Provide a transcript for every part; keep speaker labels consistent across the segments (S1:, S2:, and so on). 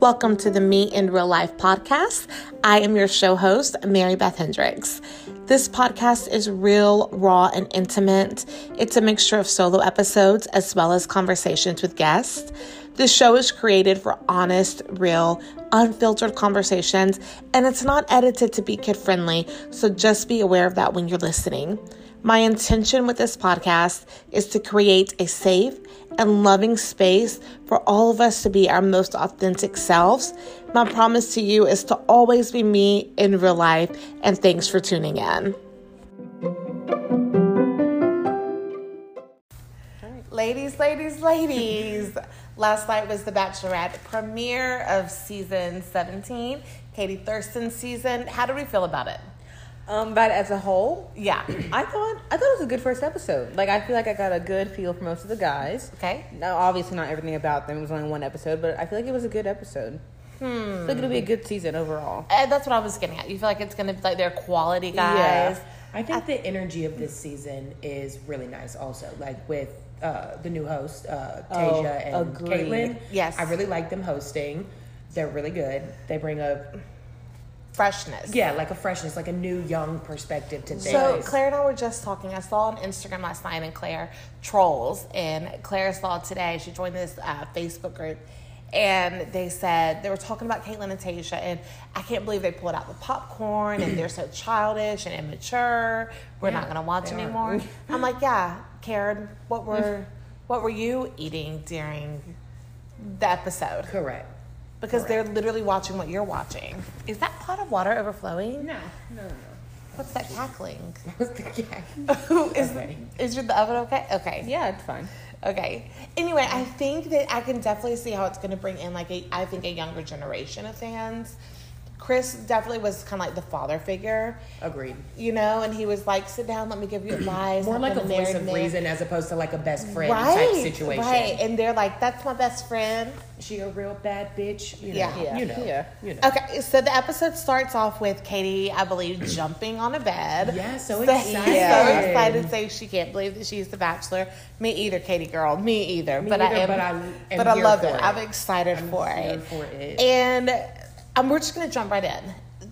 S1: Welcome to the Me in Real Life podcast. I am your show host, Mary Beth Hendricks. This podcast is real, raw, and intimate. It's a mixture of solo episodes as well as conversations with guests. The show is created for honest, real, unfiltered conversations, and it's not edited to be kid friendly, so just be aware of that when you're listening. My intention with this podcast is to create a safe and loving space for all of us to be our most authentic selves. My promise to you is to always be me in real life, and thanks for tuning in. Ladies, ladies, ladies. Last night was the Bachelorette premiere of season 17, Katie Thurston's season. How do we feel about it?
S2: Um, but as a whole,
S1: Yeah.
S2: I thought I thought it was a good first episode. Like I feel like I got a good feel for most of the guys.
S1: Okay.
S2: Now, obviously, not everything about them. It was only one episode, but I feel like it was a good episode. Hmm. I feel like it'll be a good season overall.
S1: And Uh, that's what I was getting at. You feel like it's going to be like their quality guys.
S3: I think the energy of this season is really nice. Also, like with uh, the new host uh,
S2: Oh,
S3: Tasia and
S2: agreed.
S3: Caitlin.
S1: Yes.
S3: I really like them hosting. They're really good. They bring up
S1: Freshness.
S3: yeah, like a freshness, like a new young perspective to things.
S1: So Claire and I were just talking. I saw on Instagram last night, and Claire trolls, and Claire saw today. She joined this uh, Facebook group, and they said they were talking about Caitlyn and Tasia, and I can't believe they pulled out the popcorn, and they're so childish and immature. We're not going to watch
S3: they are.
S1: anymore. I'm like, yeah, Karen, what were what were you eating during the episode?
S3: correct.
S1: Because they're literally watching what you're watching. Is that pot of water overflowing?
S3: No, no, no.
S1: What's that cackling?
S3: yeah.
S1: is
S3: Okay.
S1: is your the oven okay? Okay.
S2: Yeah, it's fine.
S1: Okay. Anyway, I think that I can definitely see how it's going to bring in like a I think a younger generation of fans. Chris definitely was kind of like the father figure,
S3: Agreed.
S1: you know, and he was like, "Sit down, let me give you advice."
S3: More
S1: I've
S3: like a
S1: been
S3: voice
S1: married
S3: of
S1: man."
S3: reason as opposed to like a best friend
S1: right?
S3: type situation.
S1: Right, and they're like, "That's my best friend."
S3: She a real bad bitch. You know,
S1: Yeah. Uh,
S2: Yeah.
S3: You know.
S2: Yeah.
S3: You know.
S1: Okay, so the episode starts off with Katie, I believe, jumping on a bed.
S3: Yeah, so
S1: So
S3: excited.
S1: excited, so she can't believe that she's the bachelor. Me either, Katie girl. Me either.
S3: Me
S1: but I
S3: either,
S1: am.
S3: but I am
S1: but I
S3: here
S1: love
S3: for
S1: it.
S3: it.
S1: I'm excited for
S3: here
S1: it.
S3: for it.
S1: And um, we're just gonna jump right in.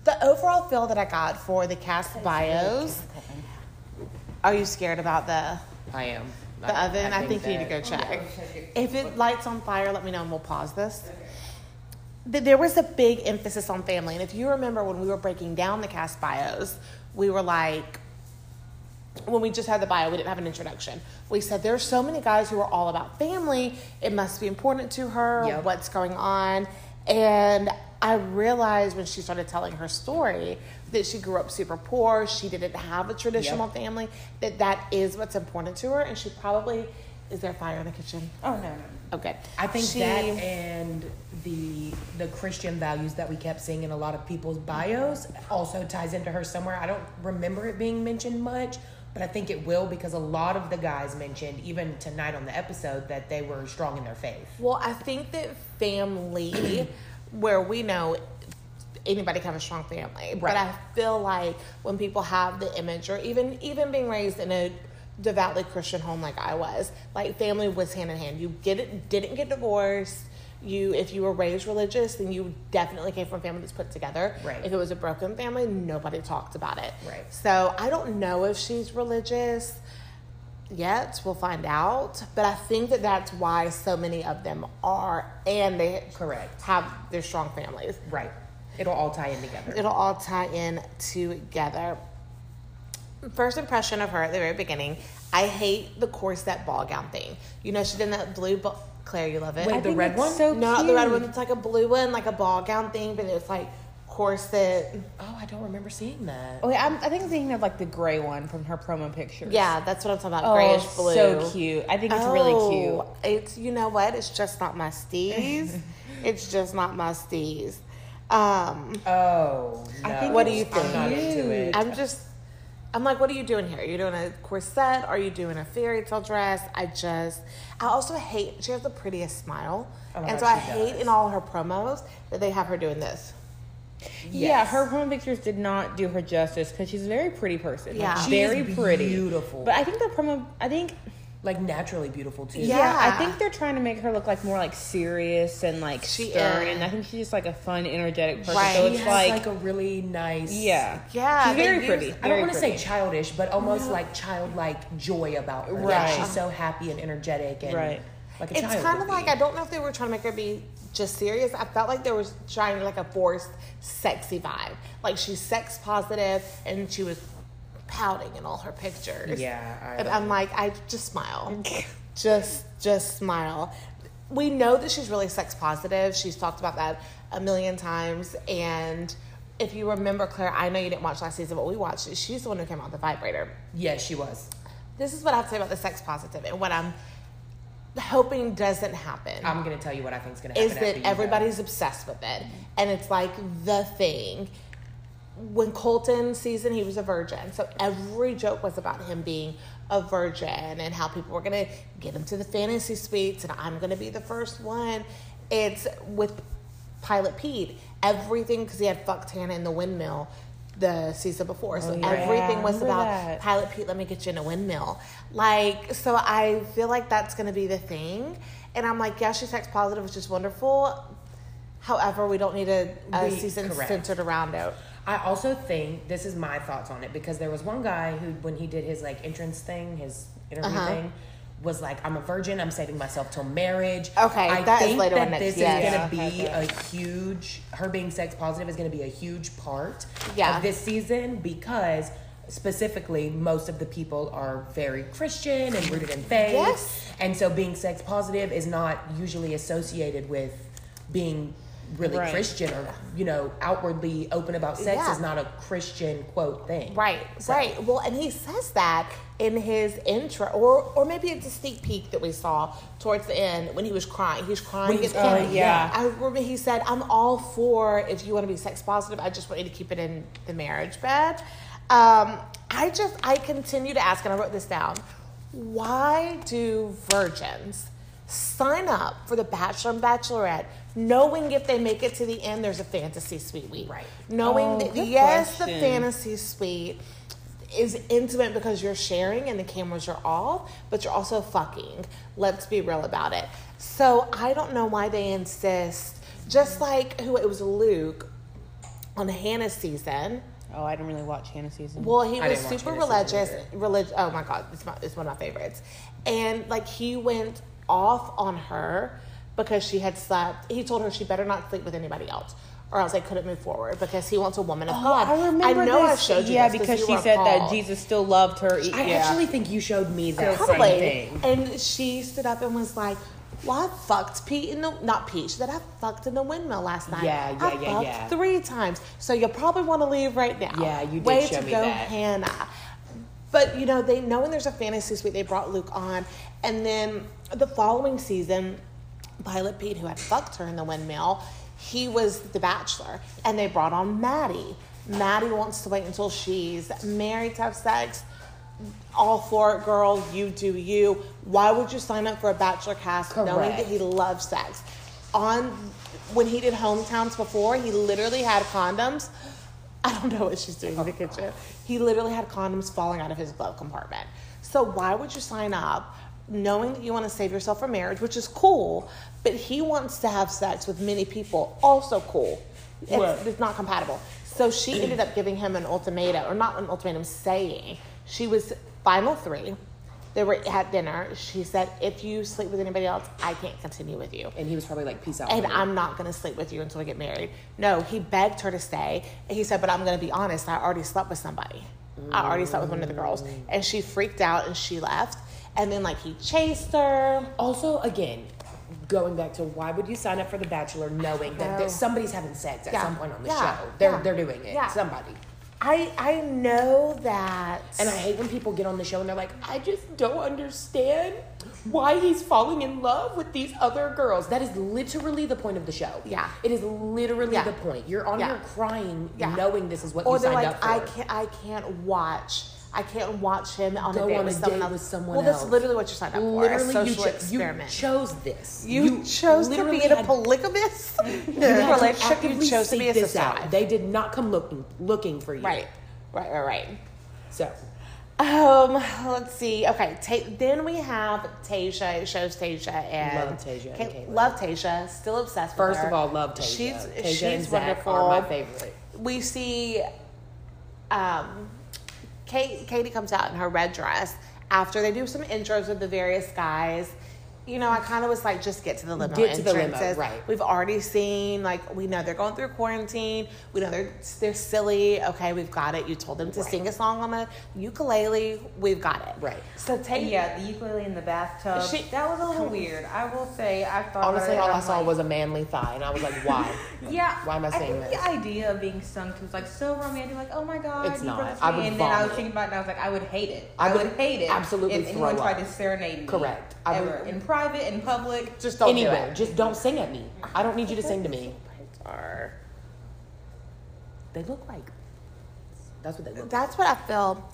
S1: The overall feel that I got for the cast bios. Are you scared about the
S3: I am.
S1: the oven? I, think, you need to
S3: that-
S1: go check. If it lights on fire, let me know and we'll pause this. Th- There was a big emphasis on family. And if you remember when we were breaking down the cast bios, we were like, when we just had the bio, we didn't have an introduction. We said, There are so many guys who are all about family. It must be important to her.
S3: Yep.
S1: What's going on? And I realized when she started telling her story that she grew up super poor. She didn't have a traditional family, that that is what's important to her. And she probably, is there fire in the kitchen?
S2: Oh no, no.
S1: Okay.
S3: I think
S1: She-
S3: that and the the Christian values that we kept seeing in a lot of people's bios also ties into her somewhere. I don't remember it being mentioned much, but I think it will because a lot of the guys mentioned even tonight on the episode that they were strong in their faith.
S1: Well, I think that family, where we know anybody can have a strong family, but
S3: Right.
S1: I feel like when people have the image, or even even being raised in a devoutly Christian home like I was, like family was hand in hand. You get it, didn't get divorced. You, if you were raised religious, then you definitely came from a family that's put together.
S3: Right.
S1: If it was a broken family, nobody talked about it.
S3: Right.
S1: So I don't know if she's religious yet. We'll find out. But I think that that's why so many of them are, and they
S3: Correct.
S1: have their strong families.
S3: Right. It'll all tie in together.
S1: It'll all tie in together. First impression of her at the very beginning. I hate the corset ball gown thing. You know, she did that blue. Bo- Claire, you love it.
S3: Wait,
S2: I
S3: The
S2: think
S3: red
S2: it's
S3: one?
S2: So
S1: no, not the red
S2: cute.
S1: one. It's like a blue one, like a ball gown thing, but it's like corset.
S3: Oh, I don't remember seeing that.
S2: Oh, wait, I'm, I think I'm thinking of like the gray one from her promo pictures.
S1: Yeah, that's what I'm talking about.
S2: Oh,
S1: grayish blue.
S2: so cute. I think it's really cute.
S1: Oh, It's you know what? It's just not my steez. it's just not my steez. Um,
S3: Oh, no.
S2: I think
S1: What do you
S3: I'm not into it.
S1: I'm just. I'm like, what are you doing here? Are you doing a corset? Are you doing a fairy tale dress? I just, I also hate. She has the prettiest smile,
S3: Oh my
S1: and
S3: God,
S1: so I
S3: she
S1: hate
S3: does.
S1: in all her promos that they have her doing this.
S2: Yeah, her home pictures did not do her justice because she's a very pretty person. Like,
S1: Yeah. She's
S2: very pretty.
S3: beautiful.
S2: But I think the promo, I think
S3: like naturally beautiful too.
S2: Yeah.
S1: Yeah.
S2: I think they're trying to make her look like more like serious and like
S1: She
S2: stern,
S1: is.
S2: and I think she's just like a fun, energetic person.
S1: Right.
S2: So
S3: She
S2: it's
S3: has
S2: like,
S3: like, a really nice
S2: yeah,
S1: Yeah,
S2: she's
S1: they
S2: very
S1: use-
S2: pretty.
S3: I don't
S2: very
S3: want to
S2: pretty.
S3: say childish, but almost like childlike joy about her. Like,
S2: Right.
S3: she's so happy and energetic and
S2: Right.
S3: like a child.
S1: It's kind of
S3: would be.
S1: like I don't know if they were trying to make her be just serious. I felt like they were trying like a forced sexy vibe. Like she's sex positive and she was pouting in all her pictures.
S2: Yeah, I-
S1: and I'm like, I just smile, just just smile. We know that she's really sex positive. She's talked about that a million times and. If you remember, Claire, I know you didn't watch last season, but we watched it. She's the one who came out with the vibrator
S3: yeah, she was.
S1: this is what I'd say about the sex positive and what I'm hoping doesn't happen
S3: I'm gonna tell you what I think's gonna happen.
S1: is
S3: after
S1: that
S3: you go.
S1: everybody's obsessed with it and it's like the thing. When Colton season, he was a virgin, so every joke was about him being a virgin and how people were gonna get him to the fantasy suites and I'm gonna be the first one. It's with Pilot Pete, everything because he had fucked Hannah in the windmill the season before, so
S2: Oh, yeah.
S1: everything was
S2: Remember
S1: about
S2: that.
S1: Pilot Pete, let me get you in a windmill. Like, so I feel like that's gonna be the thing. And I'm like, yeah, she's sex positive, which is wonderful. However, we don't need a, a
S3: We-
S1: season
S3: correct.
S1: centered around it.
S3: I also think this is my thoughts on it because there was one guy who, when he did his like entrance thing, his interview
S1: Uh-huh.
S3: thing, was like, "I'm a virgin. I'm saving myself till marriage."
S1: Okay,
S3: I
S1: that is
S3: think
S1: later
S3: that
S1: on next-
S3: this
S1: yes.
S3: is
S2: Yeah,
S3: going to be
S2: okay.
S3: a huge. Her being sex positive is going to be a huge part
S1: Yeah.
S3: of this season because. Specifically, most of the people are very Christian and rooted in faith.
S1: Yes.
S3: And so being sex positive is not usually associated with being really
S2: Right.
S3: Christian or, you know, outwardly open about sex
S1: Yeah.
S3: is not a Christian quote thing.
S1: Right,
S3: So-
S1: right. Well, and he says that in his intro, or or maybe it's a sneak peek that we saw towards the end when he was crying. He was crying.
S3: When he was
S1: at the end.
S3: crying,
S2: yeah.
S1: I remember he said, "I'm all for if you want to be sex positive. I just want you to keep it in the marriage bed." Um, I just I continue to ask, and I wrote this down. Why do virgins sign up for the Bachelor and Bachelorette, knowing if they make it to the end, there's a fantasy suite week?
S3: Right.
S1: Knowing
S2: Oh,
S1: that
S2: good
S1: yes, the
S2: question.
S1: fantasy fantasy suite is intimate because you're sharing and the cameras are off, but you're also fucking. Let's be real about it. So I don't know why they insist. Just like who it was Luke on Hannah's season.
S2: Oh, I didn't really watch Hannah season.
S1: Well, he
S3: I
S1: was
S3: didn't watch
S1: super
S3: it. It's
S1: religious.
S3: really
S1: Relig- oh my god, it's, my, it's one of my favorites. And like he went off on her because she had slept. He told her she better not sleep with anybody else, or else they couldn't move forward because he wants a woman of God.
S2: Oh, I remember.
S1: I know I
S2: this.
S1: showed you.
S2: Yeah,
S1: this
S2: because
S1: you
S2: she
S1: were
S2: said that
S1: appalled.
S2: Jesus still loved her. e-
S3: I
S2: yeah.
S3: actually think you showed me that same
S1: Probably.
S3: thing.
S1: And she stood up and was like, well, I fucked Pete in the not Pete. She said I fucked in the windmill last night.
S3: Yeah, yeah,
S1: I
S3: yeah,
S1: fucked
S3: yeah.
S1: Three times. So you probably want to leave right now.
S3: Yeah, you did
S1: Way
S3: show
S1: to
S3: me
S1: go,
S3: that.
S1: Hannah. But you know, they know when there's a fantasy suite, they brought Luke on, and then the following season, Pilot Pete, who had fucked her in the windmill, he was the bachelor, and they brought on Maddie. Maddie wants to wait until she's married to have sex all for it, girl. You do you. Why would you sign up for a bachelor cast knowing
S3: Correct.
S1: that he loves sex? On when he did hometowns before, he literally had condoms. I don't know what she's doing in the kitchen. He literally had condoms falling out of his glove compartment. So why would you sign up knowing that you want to save yourself for marriage, which is cool, but he wants to have sex with many people, also cool. It's,
S2: Right.
S1: it's not compatible. So she ended up giving him an ultimatum, or not an ultimatum, saying she was final three. They were at dinner. She said, "If you sleep with anybody else, I can't continue with you."
S3: And he was probably like, peace out.
S1: and
S3: homie."
S1: I'm not going to sleep with you until we get married. No, he begged her to stay. And he said, but I'm going to be honest. I already slept with somebody. I already slept with one of the girls.
S3: Mm.
S1: And she freaked out and she left. And then, like, he chased her.
S3: also, again, going back to why would you sign up for The Bachelor knowing that
S1: No.
S3: there's- somebody's having sex at
S1: Yeah.
S3: some point on the
S1: Yeah.
S3: show? They're,
S1: Yeah.
S3: they're doing it.
S1: Yeah.
S3: Somebody.
S1: I, I know that.
S3: And I hate when people get on the show and they're like, I just don't understand why he's falling in love with these other girls. That is literally the point of the show.
S1: Yeah.
S3: It is literally
S1: Yeah.
S3: the point. You're on
S1: Yeah.
S3: here crying
S1: Yeah.
S3: knowing this is what
S1: or
S3: you
S1: they're
S3: signed
S1: like,
S3: up for.
S1: I can't, I can't watch. I can't watch him on
S3: Go
S1: a date
S3: on
S1: with
S3: a
S1: someone
S3: date
S1: else.
S3: with someone
S1: well,
S3: else.
S1: that's literally what you're signing up for.
S3: Literally,
S1: A
S3: you,
S1: social
S3: cho- you
S1: experiment.
S3: chose this.
S1: You, chose to
S3: literally
S1: be in a
S3: had-
S1: polygamous
S3: you had to
S1: relationship. You
S3: actively
S1: chose to be a
S3: seek this out.
S1: socialite.
S3: They did not come looking looking for you.
S1: Right, right, right, right.
S3: So,
S1: Um, let's see. Okay, Ta- then we have Tasia. It shows Tasia and
S3: Love Tasia and
S1: Ca-
S3: Caleb.
S1: love Tasia. Still obsessed. with
S3: First
S1: her.
S3: of all, love Tasia.
S1: She's
S3: Tasia
S1: she's
S3: and Zach
S1: wonderful.
S3: are my favorite.
S1: We see, um, Kate. Katie comes out in her red dress after they do some intros with the various guys. You know, I kind of was like, just get to the limo.
S3: Get to the limo,
S1: entrances.
S3: right.
S1: We've already seen, like, we know they're going through quarantine. We know they're they're silly. Okay, we've got it. You told them to sing a song on a ukulele. We've got it.
S3: Right.
S1: So take
S3: Yeah, the ukulele in the bathtub.
S1: She-
S3: that was a little weird. I will say, I thought. Honestly, about it, all and I I'm saw like, was a manly thigh, and I was like, why? Yeah. Why am I saying think this? The idea of being sung to is like so romantic, like oh my god, It's you
S2: not.
S3: brought us
S2: I
S3: me.
S2: would
S3: and then I was
S2: vomit.
S3: thinking about it, and I was like, I would hate it. I I, would would, hate it. absolutely if anyone throw tried up. to serenade me. Correct. I would- Ever in private, in public.
S1: Just don't do
S3: anywhere.
S1: it.
S3: Just don't sing at me. I don't need you to sing to me.
S1: Are-
S3: They look like. That's what they look.
S1: That's what I feel.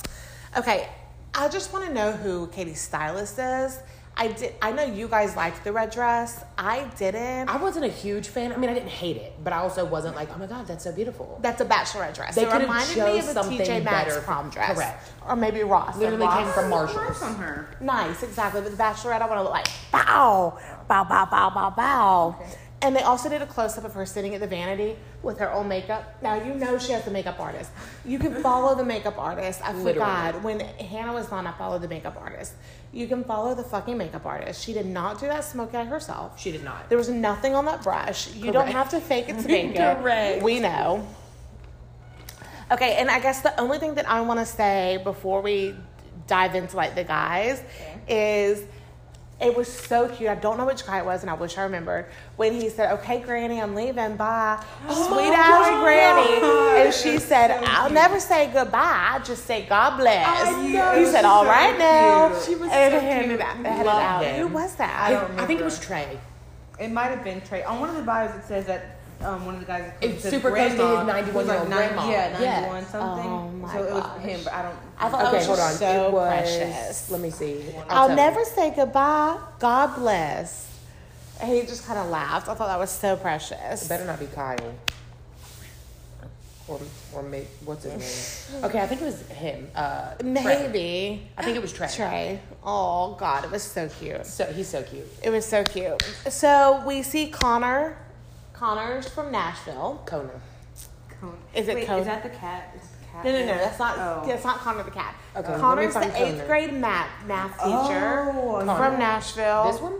S1: Okay, I just want to know who Katie's stylist is. I did. I know you guys liked the red dress. I didn't.
S3: I wasn't a huge fan. I mean, I didn't hate it, but I also wasn't like, oh my god, that's so beautiful.
S1: That's a bachelorette dress.
S3: They
S1: it
S3: could've
S1: reminded me
S3: chose
S1: of a
S3: something
S1: TJ Maxx
S3: better.
S1: prom dress,
S3: Correct.
S1: Or maybe Ross. Like
S3: Literally
S1: Ross-
S3: came from
S2: Marks on
S3: Marshalls.
S2: her.
S1: Nice, exactly. But the bachelorette, I want to look like bow, bow, bow, bow, bow, bow. And they also did a close up of her sitting at the vanity with her own makeup. Now you know she has the makeup artist. You can follow the makeup artist. I
S3: Literally.
S1: forgot when Hannah was on. I followed the makeup artist. You can follow the fucking makeup artist. She did not do that smoke eye herself.
S3: She did not.
S1: There was nothing on that brush. You don't
S3: Correct.
S1: have to fake it to make it.
S3: Correct.
S1: We know. Okay, and I guess the only thing that I want to say before we dive into like the guys is it was so cute. I don't know which guy it was, and I wish I remembered when he said, "Okay, Granny, I'm leaving. Bye, sweet hour, Granny." And she said, "I'll never say goodbye. I just say God bless." he said, "All right now." She was and so handed, cute. handed
S3: Loved
S1: out.
S3: it.
S1: Who was that?
S3: I,
S2: I don't
S3: I think it
S2: remember.
S3: was Trey.
S2: It might have been Trey. On one of the bios, it says that um, one of the guys.
S3: It's
S2: says
S3: super close to
S2: grandma,
S3: his 91
S2: who's like
S3: year old
S2: nine-
S3: grandma.
S2: Yeah,
S3: Yes.
S2: 91 something.
S1: Oh my
S2: so it
S1: gosh.
S2: was him, but I don't. Oh,
S1: I thought that
S3: Okay,
S1: was
S3: hold on.
S1: so
S3: it was.
S1: precious.
S3: Let me see. I'll
S1: I'll
S3: tell
S1: never say goodbye. God bless. And he just kind of laughed. I thought that was so
S3: you.
S1: precious.
S3: Better not be Kyle. Or or ma- what's his name? Okay, I think it was him. Uh, Trey.
S1: Maybe.
S3: I think it was Trey.
S1: Trey. Oh, God. It was so cute.
S3: So he's so cute.
S1: It was so cute. So we see Connor. Connor's from Nashville.
S3: Kona.
S1: Is it
S2: Wait,
S1: Cone?
S2: Is that the cat? It's the cat
S1: No, no, no.
S2: yeah.
S1: That's not.
S2: Oh.
S1: That's not Connor the cat.
S3: Okay, let me
S1: Connor's
S3: find
S1: the eighth
S3: Connor.
S1: grade math math teacher
S2: Oh,
S1: from Nashville.
S3: This one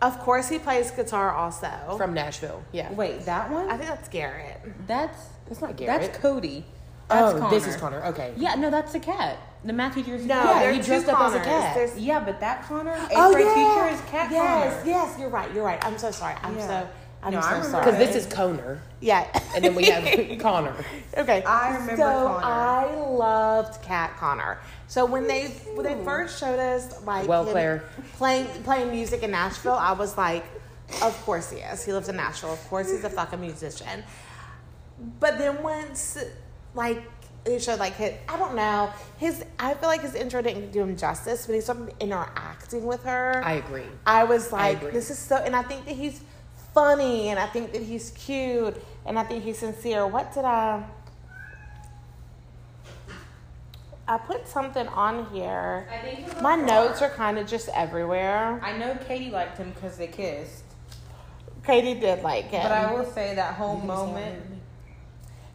S1: Of course, he plays guitar also.
S3: from Nashville. Yeah.
S2: Wait, that one?
S1: I think that's Garrett.
S4: That's
S3: That's not Garrett.
S4: that's Cody. That's
S3: oh,
S4: Connor.
S3: this is Connor. Okay.
S4: Yeah, no, that's the cat. The math teacher is
S1: No,
S3: Yeah,
S1: there
S3: he
S1: are
S3: dressed
S1: two
S3: up as a
S1: Connors.
S3: cat.
S1: There's-
S2: Yeah, but that Connor, eighth
S1: Oh,
S2: grade
S1: yeah.
S2: teacher, is cat
S1: Yes,
S2: Connor.
S1: yes, you're right. You're right. I'm so sorry. I'm
S2: Yeah.
S1: so. I'm
S2: No, I
S1: so
S2: remember
S1: sorry.
S3: Because this is Connor,
S1: yeah,
S3: and then we have Connor.
S1: okay.
S2: I remember
S1: so
S2: Connor.
S1: I loved Cat Connor. So when they when they first showed us like
S3: Well,
S1: him
S3: Claire.
S1: playing playing music in Nashville, I was like, of course he is. He lives in Nashville. Of course he's a fucking musician. But then once, like, it showed, like, his, I don't know, his, I feel like his intro didn't do him justice when he started interacting with her.
S3: I agree.
S1: I was like,
S3: agree.
S1: this is so, and I think that he's funny, and I think that he's cute, and I think he's sincere. What did I, I put something on here.
S2: I think it was
S1: My
S2: Connor.
S1: notes are kind of just everywhere.
S2: I know Katie liked him because they kissed,
S1: Katie did like him.
S2: but I will say that whole moment.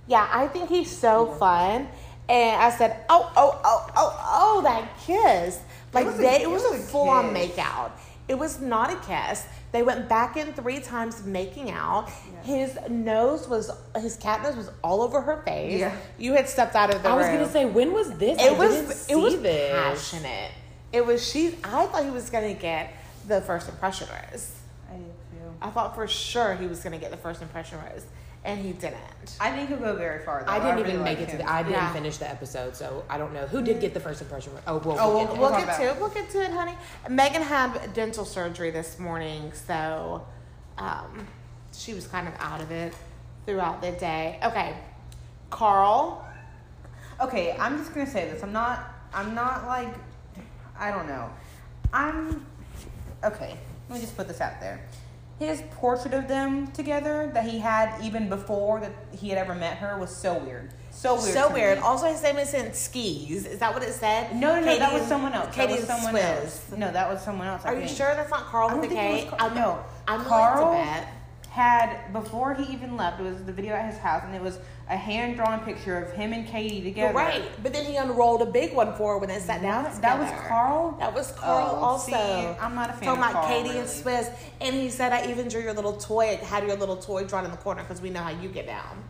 S1: Yeah, I think he's so fun. And I said, oh, oh, oh, oh, oh, that kiss. Like,
S2: was a-
S1: they, it
S2: it
S1: was,
S2: was
S1: a
S2: a
S1: full on
S2: kiss.
S1: makeout. It was not a kiss. They went back in three times making out. His nose was, his cat nose was all over her face.
S2: Yeah.
S1: You had stepped out of the
S3: I
S1: room.
S3: was gonna say, when was this? I
S1: it
S3: didn't
S1: was,
S3: see
S1: it was
S3: this.
S1: passionate. It was, she, I thought he was gonna get the first impression rose.
S2: I did too.
S1: I thought for sure he was gonna get the first impression rose, and he didn't.
S2: I think he'll go very far. Though.
S1: Oh,
S3: I didn't
S2: really
S3: even
S2: like
S3: make it to
S2: him.
S3: the. I didn't
S1: Yeah.
S3: finish the episode, so I don't know who did get the first impression. Oh, well,
S2: Oh,
S3: we'll
S2: well,
S3: get
S1: We'll
S2: Talk
S1: get
S2: about
S1: to
S2: it.
S1: it. We'll get to it, honey. Megan had dental surgery this morning, so um, she was kind of out of it throughout the day. Okay, Carl.
S2: Okay, I'm just gonna say this. I'm not. I'm not like. I don't know. I'm. Okay. Let me just put this out there.
S5: his portrait of them together that he had even before that he had ever met her was so weird. So weird.
S1: So
S5: to
S1: weird.
S5: me.
S1: Also, his name is in skis. Is that what it said?
S5: No, no, no. that
S1: Katie
S5: was
S1: and-
S5: someone else.
S1: Katie
S5: that was
S1: and
S5: someone
S1: Swizz.
S5: else. No, that was someone else. I
S1: Are you
S5: think.
S1: sure that's not Carl
S5: I
S1: with
S5: don't
S1: a
S5: think it
S1: K?
S5: was Carl.
S1: I'm
S5: no,
S1: I'm willing
S5: Carl
S1: to bet.
S5: had before he even left. It was the video at his house, and it was a hand drawn picture of him and Katie together.
S1: But right. But then he unrolled a big one for her when it sat down.
S5: That, that was
S1: together.
S5: Carl.
S1: That was Carl
S5: Oh,
S1: also.
S5: see, I'm not a fan
S1: Talking
S5: of
S1: about
S5: Carl,
S1: Katie and
S5: really.
S1: Swiss, and he said, "I even drew your little toy. It had your little toy drawn in the corner because we know how you get down."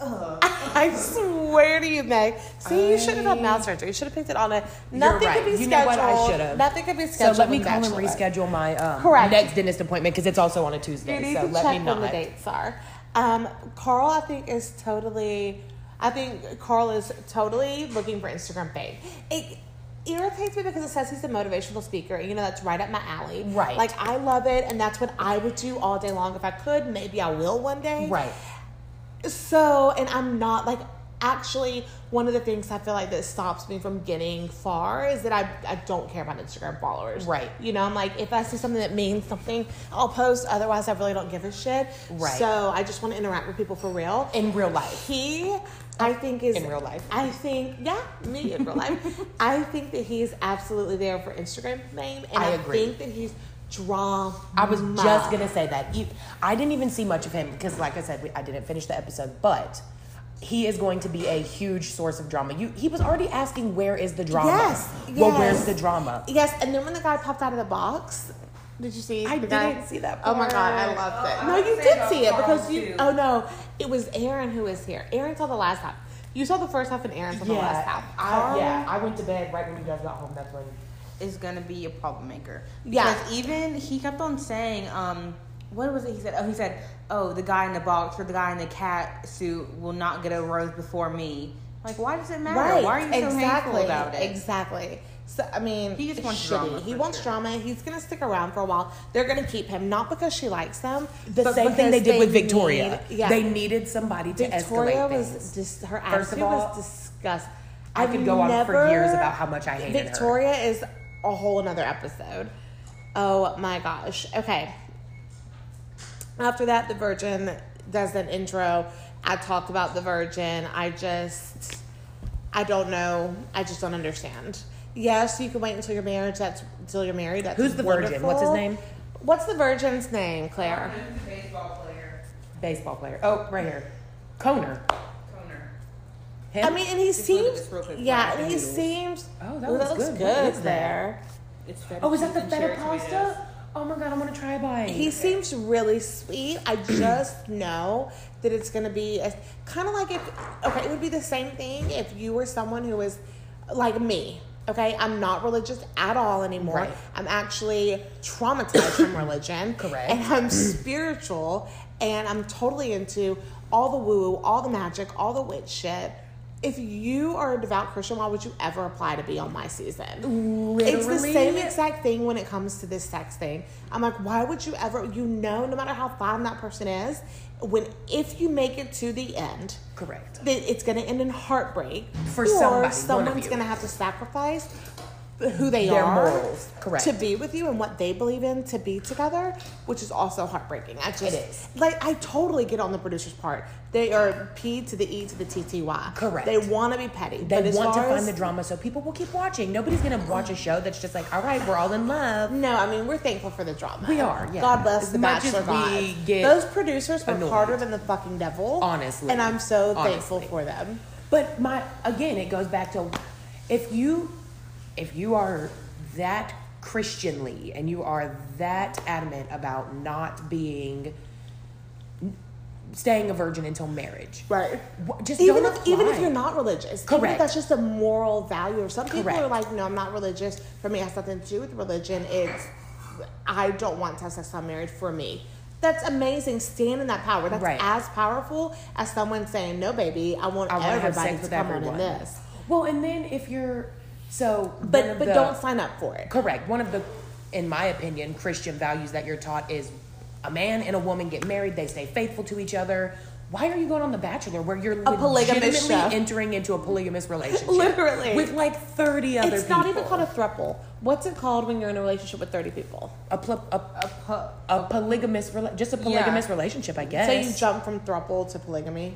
S1: I swear to you, Meg. See, you shouldn't have had mouth surgery. You should have picked it on a. Nothing
S3: right.
S1: could be
S3: You
S1: scheduled.
S3: know what? I should've.
S1: Nothing could be
S3: So
S1: scheduled.
S3: let me
S1: with
S3: call and
S1: Bachelorette.
S3: reschedule my um,
S1: Correct.
S3: next dentist appointment because it's also on a Tuesday.
S1: You need
S3: so
S1: to
S3: let
S1: check
S3: me
S1: when the
S3: not.
S1: dates are. Um, Carl, I think is totally. I think Carl is totally looking for Instagram fame. It irritates me because it says he's a motivational speaker. and You know that's right up my alley.
S3: Right.
S1: Like I love it, and that's what I would do all day long if I could. Maybe I will one day.
S3: Right.
S1: So, and I'm not like actually one of the things I feel like that stops me from getting far is that I, I don't care about Instagram followers.
S3: Right.
S1: You know, I'm like, if I see something that means something, I'll post. Otherwise, I really don't give a shit.
S3: Right.
S1: So I just want to interact with people for real.
S3: In real life.
S1: He, I think, is
S3: In real life.
S1: I think, yeah, me in real life. I think that he's absolutely there for Instagram fame, and
S3: I
S1: I,
S3: agree.
S1: think that he's drama.
S3: I was just gonna say that. You- I didn't even see much of him because, like I said, we, I didn't finish the episode. But he is going to be a huge source of drama. You, he was already asking, "Where is the drama?"
S1: Yes,
S3: Well,
S1: yes.
S3: where's the drama?
S1: Yes, and then when the guy popped out of the box, did you see?
S3: I
S1: the guy?
S3: didn't see that
S1: Oh my god, I
S3: part.
S1: loved it.
S5: Oh, I
S1: no,
S5: was
S1: you
S5: saying
S1: did
S5: about
S1: see it
S5: Carl,
S1: because you.
S5: too.
S1: Oh no, it was Aaron who was here. Aaron saw the last half. You saw the first half, and Aaron saw the last half. Oh,
S3: I, yeah. I went to bed right when you guys got home. That's when.
S5: is gonna be a problem maker.
S1: Yeah.
S5: Because even he kept on saying, um, what was it he said? Oh, he said, oh, the guy in the box or the guy in the cat suit will not get a rose before me. Like, why does it matter?
S1: Right.
S5: Why are you so
S1: exactly.
S5: hateful about it?
S1: Exactly. So I mean,
S5: He just
S1: it's
S5: wants
S1: shitty.
S5: drama,
S1: He
S5: for
S1: wants
S5: sure.
S1: drama. He's gonna stick around for a while. They're gonna keep him not because she likes them.
S3: The
S1: but
S3: same thing they
S1: because
S3: did with
S1: need-
S3: Victoria.
S1: yeah.
S3: They needed somebody to
S1: Victoria
S3: escalate
S1: was
S3: things.
S1: just her
S3: First of
S1: attitude
S3: all,
S1: was disgusting.
S3: I could go on for years about how much I hated her.
S1: Victoria is a whole another episode. Oh my gosh. Okay. After that, the Virgin does an intro. I talked about the Virgin. I just, I don't know. I just don't understand. Yes, you can wait until your marriage. That's until you're married. That's
S3: Who's the Virgin? What's his
S1: wonderful.
S3: name?
S1: What's the Virgin's name, Claire?
S3: baseball player. Oh, right here, Conor. Him?
S1: I mean, and he
S5: look at
S1: seems,
S5: this real quick.
S1: yeah, and he seems.
S3: Oh, that
S1: Ooh,
S3: looks
S1: looks
S3: good. What
S1: good
S3: is that?
S1: there.
S3: oh, is that the feta pasta? Oh my god, I'm gonna try a bite.
S1: He seems really sweet. I just know that it's going to be kind of like if, okay, it would be the same thing if you were someone who is like me. Okay, I'm not religious at all anymore.
S3: Right.
S1: I'm actually traumatized from religion.
S3: Correct.
S1: And I'm spiritual and I'm totally into all the woo woo, all the magic, all the witch shit. If you are a devout Christian, why would you ever apply to be on my season? It's the
S3: Literally.
S1: same exact thing when it comes to this sex thing. I'm like, why would you ever, you know, no matter how fine that person is, when if you make it to the end,
S3: Correct.
S1: that it's going to end in heartbreak
S3: For
S1: or
S3: somebody, one of
S1: someone's
S3: you.
S1: going to have to sacrifice who they
S3: Their
S1: are
S3: morals, correct.
S1: to be with you and what they believe in to be together which is also heartbreaking i just
S3: It is.
S1: like i totally get on the producer's part they are p to the e to the t t y
S3: Correct.
S1: they want to be petty
S3: They
S1: but as
S3: want to
S1: far
S3: find
S1: as-
S3: the drama so people will keep watching. Nobody's gonna watch a show that's just like, all right, we're all in love.
S1: No, I mean we're thankful for the drama.
S3: We are, yeah.
S1: God bless
S3: As
S1: the
S3: much
S1: Bachelor
S3: as we
S1: gods.
S3: get
S1: Those producers were
S3: annoyed.
S1: harder than the fucking devil.
S3: Honestly.
S1: and I'm so thankful
S3: Honestly.
S1: for them.
S3: But my again, it goes back to if you if you are that Christianly and you are that adamant about not being staying a virgin until marriage,
S1: Right.
S3: wh- Just
S1: even
S3: don't
S1: if even if
S3: apply.
S1: you're not religious, even if
S3: Correct.
S1: that's just a moral value. Or some people are
S3: Correct.
S1: like, no, I'm not religious. For me, it has nothing to do with religion. It's I don't want to have sex. I'm married for me. That's amazing. Stand in that power. That's
S3: Right.
S1: as powerful as someone saying, "No, baby, I want
S3: I want to have
S1: everybody
S3: sex
S1: to
S3: with
S1: come
S3: everyone.
S1: on in this."
S3: Well, and then if you're so, one
S1: But
S3: of
S1: but
S3: the-
S1: don't sign up for it.
S3: correct. One of the, in my opinion, Christian values that you're taught is a man and a woman get married, they stay faithful to each other. Why are you going on The Bachelor where you're
S5: A polygamous
S3: legitimately
S5: chef.
S3: entering into a polygamous relationship?
S5: Literally.
S3: With like 30 other
S5: it's
S3: people.
S5: not even called a thruple. What's it called when you're in a relationship with 30 people?
S3: a, pl- a, a, polygamous, rela- just a polygamous relationship, I guess.
S1: So you jump from thruple to polygamy.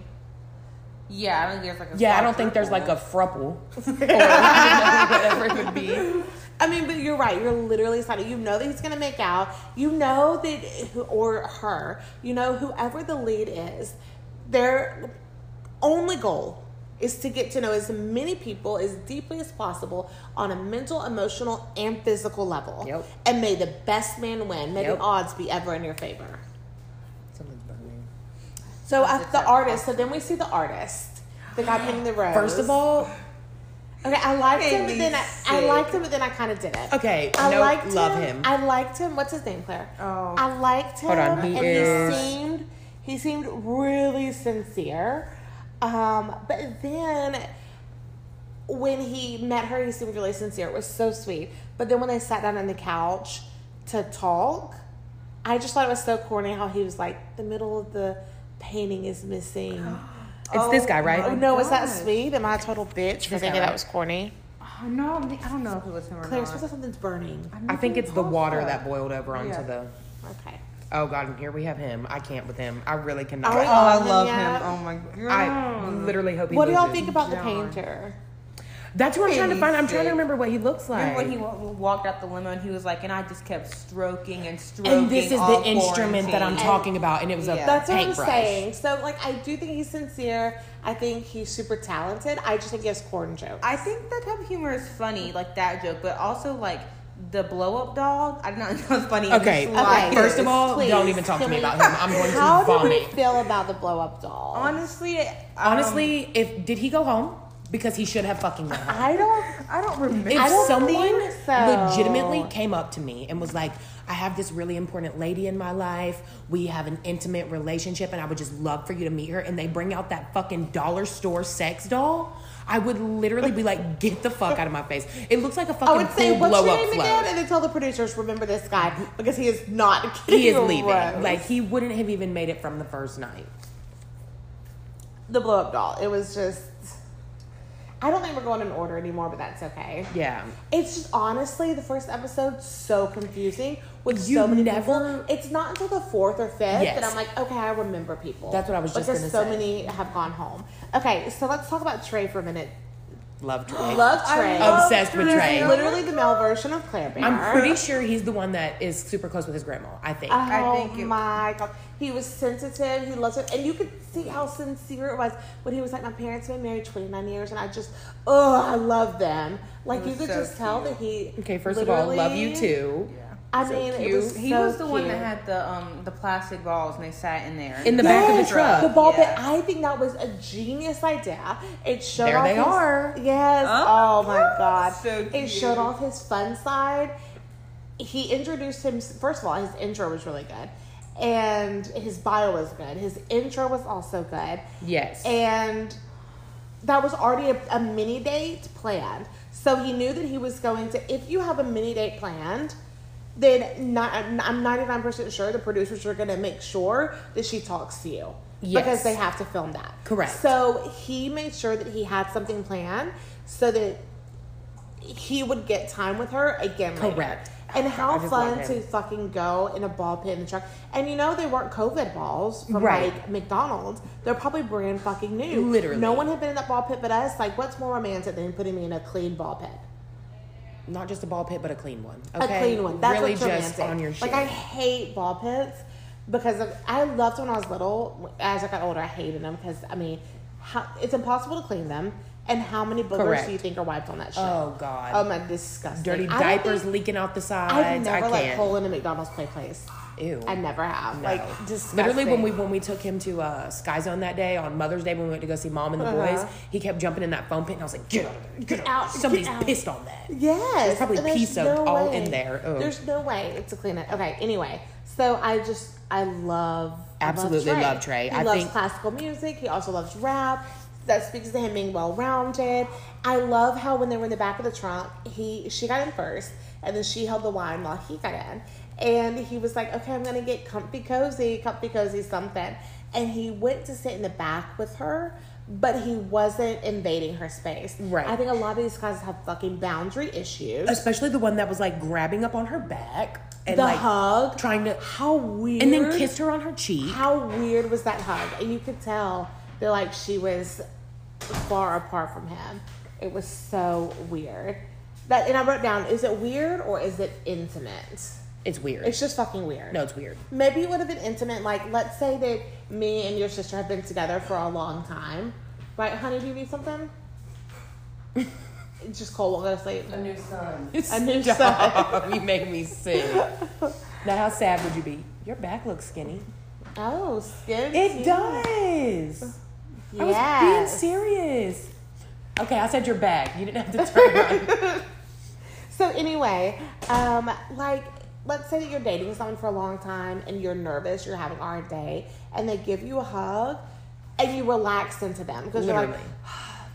S5: Yeah, I don't think there's like a
S3: yeah, I don't think there's like a frupple.
S5: whatever it would be.
S1: I mean, but you're right. You're literally excited. You know that he's gonna make out. You know that, or her. You know whoever the lead is, their only goal is to get to know as many people as deeply as possible on a mental, emotional, and physical level.
S3: Yep.
S1: And may the best man win. May
S3: Yep.
S1: the odds be ever in your favor.
S3: Something's burning.
S1: So at the artist. So then we see the artist, the guy painting the rose.
S3: First of all,
S1: okay, I liked
S5: Made
S1: him, but
S5: me
S1: then I, I
S5: sick.
S1: liked him, but then I kind of didn't.
S3: okay,
S1: I
S3: no,
S1: liked
S3: love
S1: him.
S3: him.
S1: I liked him. What's his name, Claire?
S5: Oh.
S1: I liked him,
S3: Hold on, he
S1: and
S3: is-
S1: he seemed he seemed really sincere. Um, but then when he met her, he seemed really sincere. It was so sweet. But then when they sat down on the couch to talk, I just thought it was so corny how he was like, the middle of the painting is missing.
S3: it's this guy, right?
S1: Oh, no, is that
S5: gosh.
S1: sweet? Am I a total bitch for thinking that was corny?
S5: Oh, no, I'm thi- I don't know if it was him or
S1: Claire, it's
S5: not.
S1: because something's burning.
S3: I think it's the water
S5: pasta.
S3: that boiled over onto
S5: Yeah.
S3: the.
S1: Okay.
S3: Oh God, and here we got him. here we have him. I can't with him. I really cannot.
S1: Oh,
S5: Oh, I
S1: him
S5: love
S1: yet.
S5: him. Oh my god.
S3: I literally hope he.
S1: What do y'all
S3: loses.
S1: think about the
S5: John.
S1: painter?
S3: That's what I'm trying to find. I'm trying to
S5: Sick.
S3: remember what he looks like.
S5: Remember when he wa- walked out the limo and he was like, and I just kept stroking and stroking.
S3: and this is the
S5: all
S3: instrument that I'm
S5: quarantine."
S3: talking about, and it was a
S5: Yeah.
S1: That's what I'm
S3: paintbrush.
S1: saying. So, like, I do think he's sincere. I think he's super talented. I just think he has corn jokes.
S5: I think that type of humor is funny, like that joke, but also like the blow up dog. I don't know if it's funny.
S3: Okay,
S5: It's like-
S1: Okay.
S3: first of all,
S1: Please,
S3: don't even talk to
S1: can
S3: me
S1: we-
S3: about him. I'm going to
S1: How do we
S3: vomit.
S1: feel about the blow up doll?
S5: honestly, um,
S3: Honestly, if did he go home? Because he should have fucking gone home.
S1: I don't.
S5: I don't remember.
S3: If
S1: I don't
S3: someone
S1: think so.
S3: legitimately came up to me and was like, I have this really important lady in my life. We have an intimate relationship and I would just love for you to meet her. And they bring out that fucking dollar store sex doll. I would literally be like, get the fuck out of my face. It looks like a
S1: I
S3: fucking
S1: would say,
S3: pool
S1: what's
S3: blow
S1: your
S3: up
S1: name
S3: float.
S1: again? And then tell the producers, remember this guy because he is not.
S3: He is
S1: getting
S3: leaving.
S1: around.
S3: Like he wouldn't have even made it from the first night.
S1: the blow up doll. It was just. I don't think we're going in order anymore, but that's okay.
S3: Yeah.
S1: It's just honestly the first episode so confusing with
S3: You
S1: so many
S3: never-
S1: people. It's not until the fourth or fifth
S3: Yes.
S1: that I'm like, okay, I remember people.
S3: That's what I was just
S1: because
S3: gonna
S1: so
S3: say.
S1: many have gone home. Okay, so let's talk about Trey for a minute.
S3: Love Trey.
S1: Love Trey.
S3: Obsessed with
S1: He's
S3: Trey.
S1: literally the male version of Claire Bear.
S3: I'm pretty sure he's the one that is super close with his grandma, I think.
S1: Oh
S5: think it-
S1: my god, he was sensitive. He loves it, and you could see how sincere it was when he was like, "My parents have been married 29 years, and I just, oh, I love them." Like
S5: It
S1: you
S5: was
S1: could
S5: so
S1: just tell
S5: cute.
S1: that he.
S3: okay, first of all, love you
S1: literally-
S3: too.
S1: I
S3: So
S1: mean, it
S3: cute.
S1: was
S5: he
S1: so
S5: was the one that
S1: cute.
S5: had the um the plastic balls and they sat in there
S3: In the back of the truck.
S1: The ball
S5: Yeah.
S1: pit. I think that was a genius idea. It showed
S3: There
S1: off
S3: they
S1: his,
S3: are.
S1: Yes. Oh, my god.
S5: So
S1: It
S5: cute.
S1: showed off his fun side. He introduced him. First of all, his intro was really good, and his bio was good. His intro was also good,
S3: Yes.
S1: and that was already a, a mini date planned. So he knew that he was going to. If you have a mini date planned. Then not, I'm 99% sure the producers are going to make sure that she talks to you because
S3: Yes.
S1: they have to film that.
S3: Correct.
S1: So he made sure that he had something planned so that he would get time with her again. later.
S3: Correct.
S1: And how
S3: I just love
S1: fun to
S3: him.
S1: fucking go in a ball pit in the truck. And you know they weren't COVID balls from
S3: Right.
S1: like McDonald's. They're probably brand fucking new.
S3: Literally.
S1: No one had been in that ball pit but us. Like what's more romantic than putting me in a clean ball pit?
S3: Not just a ball pit, but a clean one.
S1: a
S3: Okay?
S1: clean one. That's
S3: really
S1: what's
S3: just
S1: romantic.
S3: on your shit.
S1: Like I hate ball pits because of, I loved when I was little. As I got older, I hated them because I mean, how, it's impossible to clean them. And how many boogers
S3: Correct.
S1: do you think are wiped on that shit?
S3: oh God.
S1: oh my disgusting.
S3: Dirty
S1: I don't
S3: diapers
S1: think-
S3: leaking out the sides.
S1: I've never
S3: I
S1: like
S3: can't.
S1: hole in a McDonald's play place.
S3: Ew.
S1: I never have.
S3: No.
S1: Like disgusting.
S3: Literally, when we when we took him to uh, Sky Zone that day on Mother's Day when we went to go see Mom and the
S1: Uh-huh.
S3: boys, he kept jumping in that foam pit, and I was like, "Get out of there! Get out!
S1: Out, get
S3: Somebody's
S1: out.
S3: pissed on that."
S1: Yes.
S3: There's probably
S1: there's
S3: pee soaked all in there. Ugh.
S1: There's no way to clean it. Okay, anyway. So I just, I love. I
S3: Absolutely love Trey.
S1: He
S3: I
S1: loves
S3: think-
S1: classical music. He also loves rap. That speaks to him being well rounded. I love how when they were in the back of the trunk, he she got in first, and then she held the wine while he got in. And he was like, "Okay, I'm gonna get comfy cozy, comfy cozy something." and he went to sit in the back with her, but he wasn't invading her space.
S3: Right.
S1: I think a lot of these guys have fucking boundary issues.
S3: Especially the one that was like grabbing up on her back and
S1: the
S3: like
S1: hug.
S3: trying to
S1: How weird.
S3: and then kissed her on her cheek.
S1: How weird was that hug? And you could tell that like she was far apart from him. It was so weird. That and I wrote down: is it weird or is it intimate?
S3: It's weird.
S1: It's just fucking weird.
S3: no, it's weird.
S1: Maybe it would have been intimate. Like, let's say that me and your sister have been together for a long time, right, honey? Do you need something? It's just cold. We'll go to sleep. A new sun. A new sun.
S3: you make me sick. now, how sad would you be? Your back looks skinny.
S1: Oh, skin.
S3: It does. I was
S1: Yes.
S3: being serious. Okay, I said your back. You didn't have to turn around.
S1: So anyway, um, like let's say that you're dating someone for a long time and you're nervous, you're having a hard day, and they give you a hug and you relax into them because you're like, "Ah,
S3: Literally.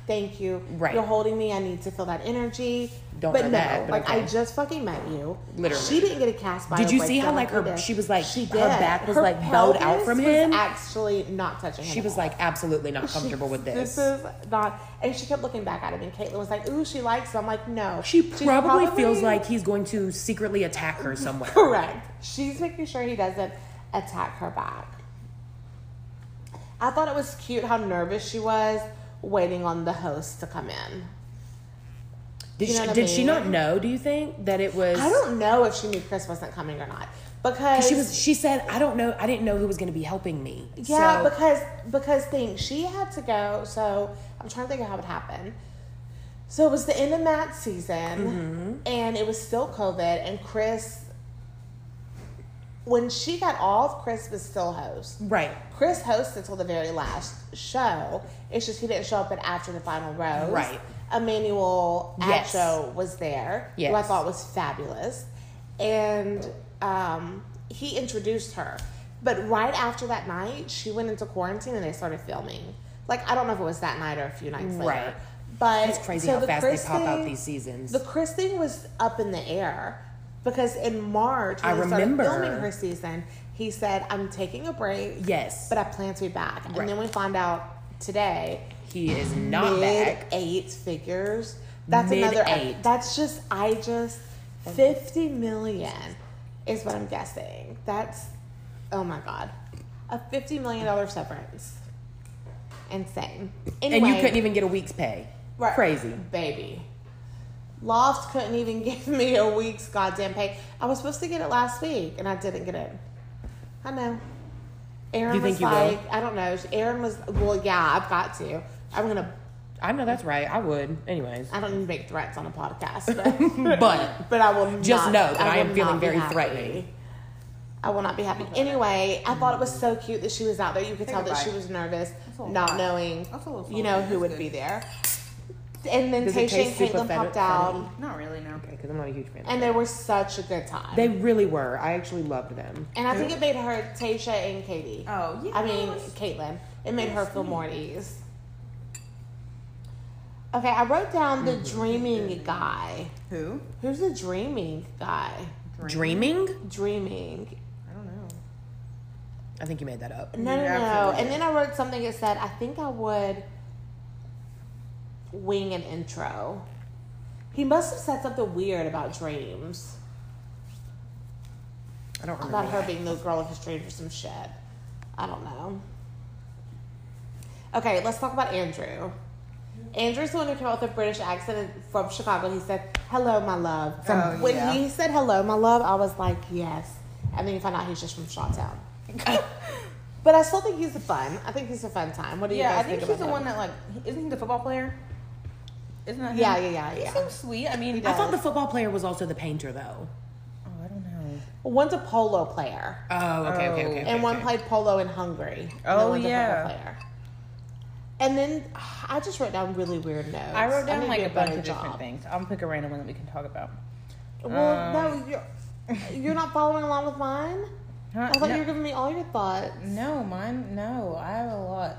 S1: Thank you.
S3: Right.
S1: You're holding me. I need to feel that energy.
S3: Don't
S1: but
S3: know
S1: no,
S3: that, but
S1: like
S3: okay.
S1: I just fucking met you.
S3: Literally.
S1: She didn't get a cast by.
S3: Did
S1: a
S3: you see how,
S1: breakdown
S3: like, her-
S1: I did.
S3: she was, like,
S1: she
S3: her
S1: did.
S3: back was,
S1: Her
S3: like, bowed out
S1: pelvis
S3: from
S1: was
S3: him.
S1: Actually, not touching. him
S3: She
S1: at
S3: was
S1: all.
S3: like absolutely not
S1: She-
S3: comfortable with this.
S1: This is not. And she kept looking back at him, and Caitlin was like, "Ooh, she likes." him. I'm like, "No."
S3: she
S1: She's
S3: probably, feels like he's going to secretly attack her somewhere.
S1: Correct. She's making sure he doesn't attack her back. I thought it was cute how nervous she was waiting on the host to come in.
S3: Did,
S1: You know
S3: she,
S1: what I
S3: did she
S1: mean?
S3: not know? Do you think that it was?
S1: I don't know if she knew Chris wasn't coming or not because
S3: She was. She said, "I don't know. I didn't know who was going to be helping me."
S1: Yeah,
S3: So-
S1: because because thing she had to go. So I'm trying to think of how it happened. So it was the end of Matt's
S3: Mm-hmm.
S1: season, and it was still COVID. And Chris, when she got off, Chris was still host.
S3: right.
S1: Chris hosted till the very last show. It's just he didn't show up at after the final rose.
S3: Right.
S1: Emmanuel
S3: Yes.
S1: Acho was there, who I
S3: Yes.
S1: thought was fabulous, and um, he introduced her. But right after that night, she went into quarantine and they started filming. Like I don't know if it was that night or a few nights
S3: Right.
S1: later. But
S3: It's crazy
S1: so
S3: how
S1: the
S3: fast
S1: Chris
S3: they pop out
S1: thing-
S3: these seasons.
S1: the Chris thing was up in the air because in March, when
S3: I
S1: they started
S3: remember.
S1: filming her season, he said, "I'm taking a break,
S3: yes,
S1: but I plan to be back."
S3: Right.
S1: And then we find out today,
S3: he is not
S1: mid
S3: back.
S1: eight figures. That's
S3: Mid
S1: another.
S3: eight.
S1: That's just I just fifty million is what I'm guessing. That's oh my god, a fifty million dollar severance. Insane. Anyway,
S3: and you couldn't even get a week's pay.
S1: Right.
S3: Crazy.
S1: Baby. Loft couldn't even give me a week's goddamn pay. I was supposed to get it last week and I didn't get it. I know. Aaron
S3: You
S1: was
S3: think you will?
S1: like, I don't know. Aaron was, well, yeah, I've got to. I'm going to,
S3: I know that's right. I would. Anyways,
S1: I don't even make threats on a podcast, but,
S3: but
S1: but I will
S3: Just
S1: not-
S3: know that I
S1: will
S3: am
S1: not
S3: feeling
S1: be
S3: very
S1: happy.
S3: threatening.
S1: I will not be happy. Anyway, I thought it was so cute that she was out there. You could tell that she was nervous, not knowing,
S5: a little
S1: you know,
S5: salty.
S1: who would be there. And then
S3: Does
S1: Tasha
S3: it
S1: and
S3: taste super
S1: Caitlin
S3: feta-
S1: popped out.
S3: fatty?
S5: Not really, no.
S3: because I'm not a huge fan.
S1: and they were such a good time.
S3: they really were. I actually loved them.
S1: and I think it made her Tasha and Katie.
S5: Oh, yeah.
S1: I mean Caitlin. It made her feel more at ease. Okay, I wrote down the dreaming guy.
S5: Who?
S1: Who's the dreaming guy?
S3: Dreaming?
S1: Dreaming.
S5: I don't know.
S3: I think you made that up.
S1: No, no,
S5: Yeah,
S1: no.
S5: absolutely.
S1: And then I wrote something that said, I think I would wing an intro. He must have said something weird about dreams.
S3: I don't remember.
S1: about her
S3: that.
S1: being the girl of his dreams or some shit. I don't know. Okay, let's talk about Andrew. Andrew's the one who came out with a British accent and- from Chicago. He said, "Hello, my love." From
S5: Oh,
S1: when
S5: yeah.
S1: he said "Hello, my love," I was like, "Yes," and then you find out he's just from Shawtown. but I still think he's fun. I think he's a fun time. What do you
S5: Yeah,
S1: guys
S5: I think
S1: about
S5: he's the
S1: him?
S5: one that like isn't he the football player? Isn't that him?
S1: Yeah, yeah, yeah,
S5: He
S1: yeah.
S5: seems sweet. I mean,
S3: I thought the football player was also the painter, though.
S5: Oh, I don't know.
S1: One's a polo player,
S3: Oh, okay, okay, okay.
S1: and one played polo in Hungary. and then
S5: Oh,
S1: one's a football
S5: yeah.
S1: player. And then ah, I just wrote down really weird notes.
S5: I wrote down
S1: need to
S5: like
S1: do
S5: a bunch
S1: better
S5: of different
S1: job.
S5: things. I'll pick a random one that we can talk about.
S2: Uh,
S1: Well, no, you're, you're not following along with mine.
S5: Huh?
S1: I thought
S5: no,
S1: you were giving me all your thoughts.
S5: no, mine. No, I have a lot.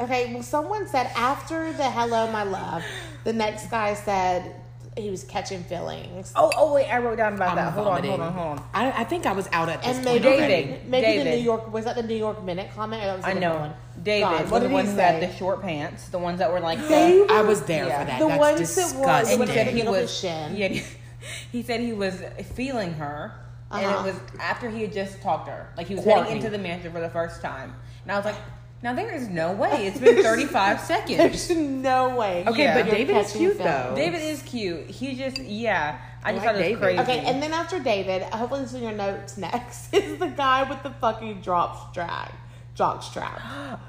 S1: Okay, well, someone said after the hello, my love, the next guy said, he was catching feelings.
S2: Oh, oh wait, I wrote down about
S3: I'm
S2: that. Hold on,
S3: vomiting.
S2: hold on, hold on.
S3: I, I think I was out at this
S1: And
S3: point.
S1: maybe
S2: David.
S1: maybe the
S2: David.
S1: New York was that the New York Minute comment or that was a
S2: I
S1: different
S2: know.
S1: one?
S2: David,
S1: God,
S2: were
S1: what did
S2: the
S1: he
S2: ones that
S1: say?
S2: had the short pants, the ones that were like the-
S3: I was there
S2: Yeah.
S3: for that.
S1: The
S3: That's
S1: ones that were-
S3: disgusting.
S2: He said
S1: Ending.
S2: he
S1: Middle of
S2: was.
S1: the shin.
S2: Yeah, he said he was feeling her,
S1: Uh-huh.
S2: and it was after he had just talked to her. Like he was
S3: Courtney.
S2: heading into the mansion for the first time, and I was like, "Now there is no way it's been 35 seconds."
S1: There's no way.
S2: Okay, but
S1: You're
S3: David is
S1: catching
S3: cute,
S1: feelings.
S3: though.
S2: David is cute. He just, yeah. I just
S3: like
S2: thought it was
S3: David.
S2: crazy.
S1: Okay, and then after David, hopefully this is in your notes next, is the guy with the fucking drop strap. Jock strap.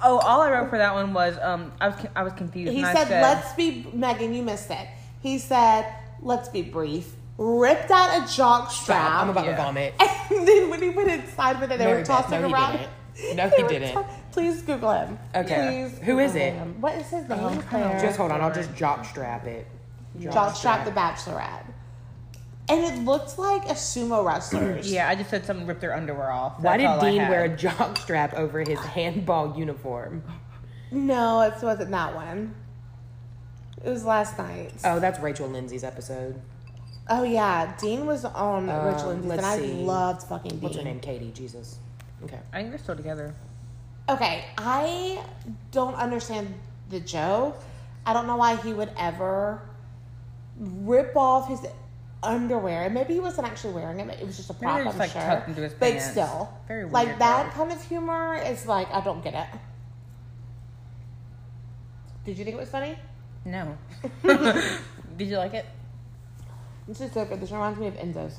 S2: oh, all I wrote for that one was um, I was I was confused.
S1: He
S2: and I
S1: said, let's be, Megan, you missed it. He said, let's be brief. Ripped out a jock strap.
S3: I'm about to
S2: Yeah.
S3: vomit.
S1: And then when he went inside with it, they
S3: No,
S1: were
S3: he
S1: tossing
S3: didn't. No, he
S1: around.
S3: didn't. No,
S1: They
S3: he
S1: were
S3: didn't.
S1: to- Please Google him.
S3: Okay.
S1: Please
S3: Who is
S1: Google
S3: it?
S1: him. What is his name? Claire?
S3: Just hold on. I'll just jock strap it.
S1: jock strap the bachelorette. And it looked like a sumo wrestler's.
S2: Yeah, I just said someone ripped their underwear off.
S3: Why
S2: That's
S3: did
S2: all I
S3: Dean
S2: had.
S3: wear a jock strap over his handball uniform?
S1: No, it wasn't that one. It was last night.
S3: Oh, that's Rachel Lindsay's episode.
S1: Oh yeah, Dean was on
S3: Um,
S1: Rich Lindsay's,
S3: let's
S1: and I
S3: see.
S1: loved fucking Dean.
S3: What's her name? Katie. Jesus. Okay.
S2: I think they're still together.
S1: Okay, I don't understand the joke. I don't know why he would ever rip off his underwear, and maybe he wasn't actually wearing it. but It was just a prop.
S2: it was
S1: I'm
S2: like
S1: sure.
S2: tucked into his
S1: but
S2: pants.
S1: still,
S2: Very
S1: like
S2: weird,
S1: that
S2: though.
S1: kind of humor is like I don't get it. Did you think it was funny?
S2: No. did you like it?
S1: This is different. This reminds me of Enzo's.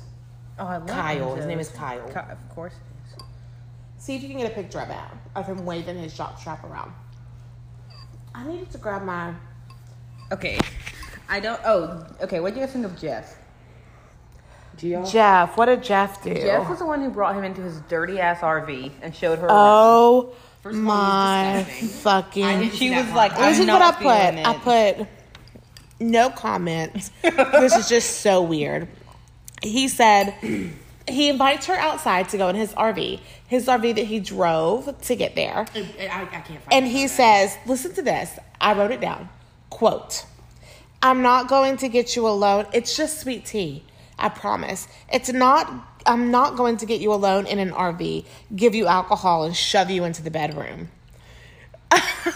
S2: Oh, I love
S3: Kyle. His
S2: Enzo's.
S3: name is Kyle.
S2: Ki- of course. it is.
S1: See if you can get a picture of it of him waving his jock strap around. I needed to grab my.
S2: Okay. I don't. Oh, okay. What do you guys think of Jeff?
S3: Gio.
S1: Jeff, what did Jeff do?
S2: Jeff was the one who brought him into his dirty ass RV and showed her.
S1: oh
S3: of all, it was
S1: my
S3: disgusting.
S1: fucking!
S2: She was like, I'm
S1: This is what I
S2: not
S1: put.
S2: feeling
S1: I
S2: it.
S1: put no comment. this is just so weird. He said he invites her outside to go in his RV, his RV that he drove to get there.
S3: I, I can't find
S1: And he says, listen to this. I wrote it down. Quote, I'm not going to get you alone. It's just sweet tea. I promise. It's not, I'm not going to get you alone in an RV, give you alcohol, and shove you into the bedroom.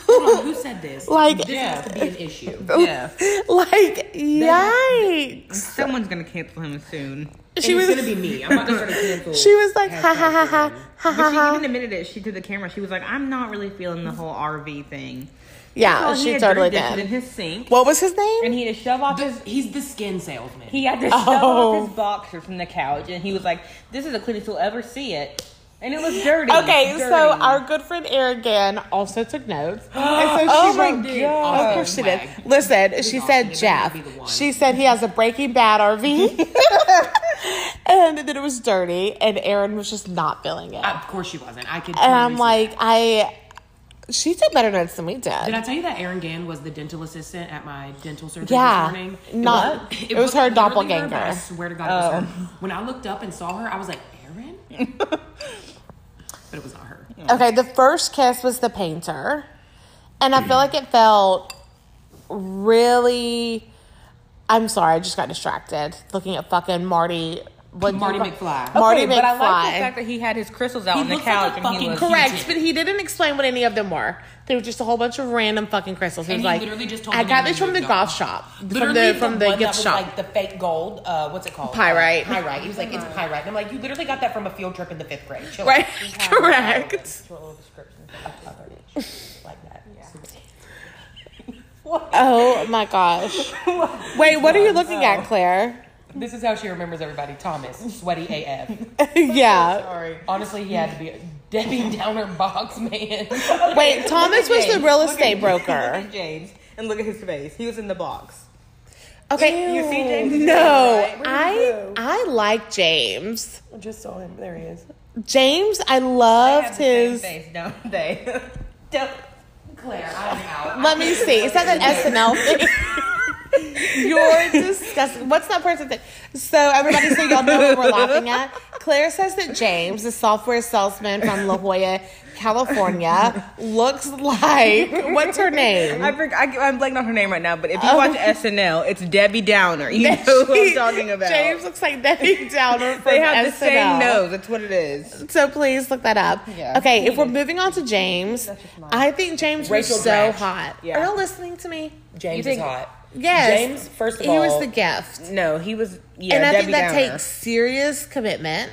S3: Who said this?
S1: Like,
S3: has to be an issue.
S2: Yeah.
S1: like, yikes.
S2: Someone's gonna cancel him soon.
S1: She was,
S3: be me. I'm about to start a cancel.
S1: she was like, ha ha ha ha, ha ha
S2: But she
S1: ha.
S2: even admitted it. She did the camera. She was like, "I'm not really feeling the whole RV thing."
S1: Yeah,
S2: he
S1: Oh, she
S2: had
S1: totally
S2: dirty dishes in
S1: did.
S2: his sink,
S1: What was his
S2: and
S1: name?
S2: he had to shove off his.
S3: He's the skin salesman.
S2: He had to shove
S1: Oh.
S2: off his boxer from the couch, and he was like, "This is the cleanest you'll ever see it," and it was dirty.
S1: Okay,
S2: dirty.
S1: so our good friend Erin Gann also took notes. And so she
S3: Oh my
S1: wrote,
S3: God.
S1: Of course she did.
S3: Swag.
S1: Listen, she
S3: awesome.
S1: said
S3: You're
S1: Jeff.
S3: gonna be the one.
S1: She said he has a Breaking Bad RV. and that it was dirty, and Erin was just not feeling it.
S3: of course she wasn't. I
S1: and
S3: could. totally
S1: I'm
S3: see
S1: like, I. She took better notes than we
S3: that.
S1: did.
S3: Did I tell you that Erin Gann was the dental assistant at my dental surgery
S1: Yeah.
S3: this morning?
S1: Not-
S3: was-
S1: it was her
S3: literally
S1: doppelganger. Oh.
S3: but I swear to God, it was her. When I looked up and saw her, I was like, Erin? but it was not her.
S1: Okay, the first kiss was the painter. And I feel like it felt really. I'm sorry, I just got distracted looking at fucking Marty. What
S3: Marty McFly.
S1: Marty
S2: Okay,
S1: McFly.
S2: but I like the fact that he had his crystals out
S3: He
S2: on the
S3: looks like a
S2: couch, and he
S3: fucking
S2: was.
S3: crack.
S1: Correct,
S3: did.
S1: but he didn't explain what any of them were. They were just a whole bunch of random fucking crystals. He
S3: And
S1: was
S3: he
S1: like,
S3: literally just told
S1: "I
S3: them
S1: got
S3: to
S1: this from the
S3: remove them.
S1: golf shop, from
S3: Literally
S1: the from the
S3: one that
S1: gift
S3: was
S1: shop."
S3: Like the fake gold, uh, what's it called?
S1: Pyrite.
S3: Uh, pyrite. He was like, it's pyrite. And I'm like, you literally got that from a field trip in the fifth grade. Chill
S1: right?
S3: out.
S1: Correct.
S3: Little description of other like that.
S1: Oh my gosh. Wait, what are you looking at, Claire?
S3: This is how she remembers everybody. Thomas, sweaty AF.
S1: yeah.
S3: Honestly, he had to be a Debbie Downer box man.
S1: Wait, Thomas was the real estate broker.
S2: Look at James and look at his face. He was in the box.
S1: Okay,
S2: You see James?
S1: No, I I like James.
S3: I just saw him. There he is.
S1: James, I
S2: They
S1: loved
S2: have the same
S1: his.
S2: face, don't they? don't.
S3: Claire, I'm out.
S1: Let me see. Is that an SNL thing? You're disgusting. What's that person thing? So everybody, so y'all know what we're laughing at. Claire says that James, the software salesman from La Jolla, California, looks like what's her name?
S2: I, forg- I, I'm blanking on her name right now, but if you
S3: Oh.
S2: watch SNL, it's Debbie Downer. You know who I'm talking about.
S1: James looks like Debbie Downer from
S2: they have the
S1: SNL.
S2: same nose. That's what it is.
S1: So please look that up.
S2: Yeah.
S1: Okay, if we're moving on to James, I think James
S3: Rachel
S1: was so
S3: Dratch.
S1: hot.
S2: Yeah.
S1: Are y'all listening to me?
S3: James
S2: think-
S3: is hot.
S1: Yes.
S3: James, first of
S1: he was
S3: all-
S1: the gift.
S2: No, he was. Yeah,
S1: and I
S2: Debbie
S1: think that
S2: Downer.
S1: takes serious commitment.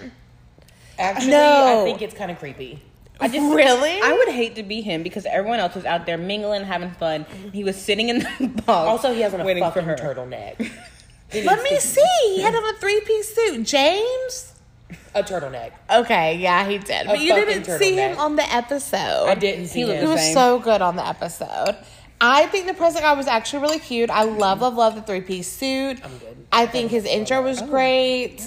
S3: Actually,
S1: No.
S3: I think it's kind of creepy.
S2: I just
S1: Really?
S2: I would hate to be him because everyone else was out there mingling, having fun. He was sitting in the box.
S3: Also, he has on a
S2: waiting
S3: fucking
S2: for her.
S3: turtleneck.
S1: Let me see. He had on a three piece suit. James?
S3: A turtleneck.
S1: Okay, yeah, he did. But you
S3: fucking
S1: didn't see him
S3: turtleneck.
S1: on the episode.
S3: I didn't see
S2: He
S1: He
S3: him.
S1: was
S2: Same.
S1: so good on the episode. I think the press guy was actually really cute. I love, love, love the three piece suit. I'm
S3: good. Oh.
S1: I think his intro was great.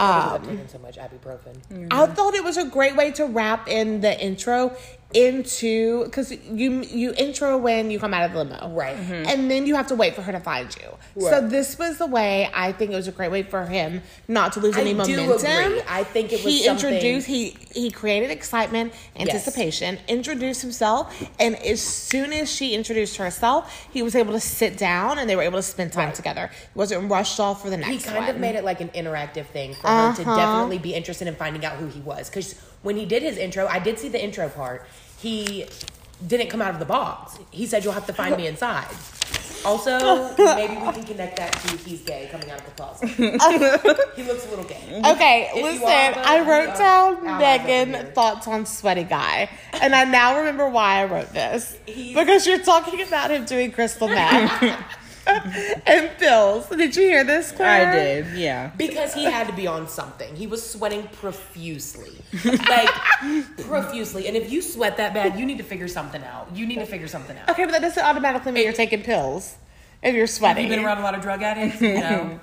S3: I've
S1: Um,
S3: taken so much ibuprofen.
S1: I thought it was a great way to wrap in the intro into because you you intro when you come out of the limo,
S3: Right. Mm-hmm.
S1: And then you have to wait for her to find you. So this was the way I think it was a great way for him not to lose
S3: I
S1: any
S3: do
S1: momentum.
S3: agree. I think it was
S1: he
S3: something-
S1: introduced he he created excitement, anticipation, introduced himself, and as soon as she introduced herself, he was able to sit down and they were able to spend time together. He wasn't rushed off for the
S3: He
S1: next
S3: kind
S1: one.
S3: of made it like an interactive thing for her to
S1: Uh-huh.
S3: definitely be interested in finding out who he was. Because when he did his intro, I did see the intro part. He didn't come out of the box. He said, "You'll have to find me inside." Also, maybe we can connect that to he's gay coming out of the closet. he looks a little gay.
S1: Okay,
S3: you
S1: listen.
S3: are, though,
S1: I wrote
S3: you
S1: down
S3: are allies over
S1: Megan
S3: here.
S1: thoughts on sweaty guy, and I now remember why I wrote this
S3: He's-
S1: because you're talking about him doing crystal meth and pills. Did you hear this? Claire?
S2: I did. Yeah.
S3: Because he had to be on something. He was sweating profusely. Like, profusely. And if you sweat that bad, you need to figure something out. You need to figure something out.
S1: Okay, but that doesn't automatically mean you're taking pills if you're sweating.
S3: You've been around a lot of drug addicts? No.
S1: no,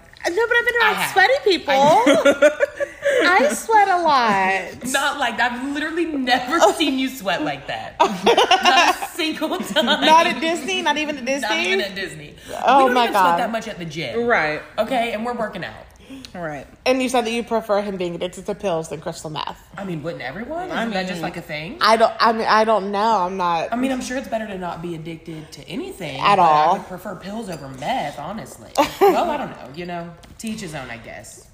S1: but I've been
S3: I
S1: around
S3: have.
S1: sweaty people. I, sweat a lot.
S3: Not like that. I've literally never
S1: Oh.
S3: seen you sweat like that. Not a single time.
S1: Not at Disney. Not even at Disney.
S3: Not even at Disney.
S1: Oh
S3: we don't
S1: my
S3: even
S1: God.
S3: sweat that much at the gym.
S2: Right.
S3: Okay, and we're working out.
S2: Right.
S1: and you said that you prefer him being addicted to pills than crystal meth.
S3: I mean, wouldn't everyone? Isn't that just like a thing?
S1: I don't. I mean, I don't know. I'm not.
S3: I mean, I'm sure it's better to not be addicted to anything
S1: At
S3: but
S1: all.
S3: I would prefer pills over meth, honestly. well, I don't know. You know, to each his own, I guess.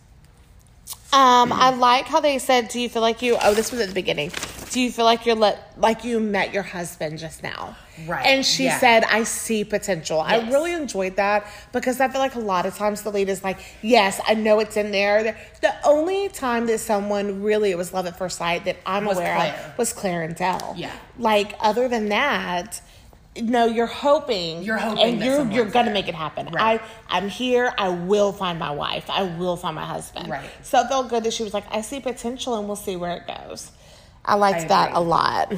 S1: Um, I like how they said, "Do you feel like you?" Oh, this was at the beginning. Do you feel like you're let like you met your husband just now?
S3: Right,
S1: And she
S3: yeah.
S1: said, "I see potential." I
S3: Yes.
S1: really enjoyed that because I feel like a lot of times the lead is like, "Yes, I know it's in there." The only time that someone really it was love at first sight that I'm
S3: Was
S1: aware
S3: Claire.
S1: of was Claire and Dell.
S3: Yeah.
S1: Like other than that. No, you're hoping.
S3: You're hoping
S1: and
S3: that
S1: you're you're
S3: someone's
S1: gonna
S3: there.
S1: make it happen.
S3: Right.
S1: I I'm here. I will find my wife. I will find my husband.
S3: Right.
S1: So it felt good that she was like, I see potential and we'll see where it goes. I liked
S3: I
S1: that a
S3: agree.
S1: lot.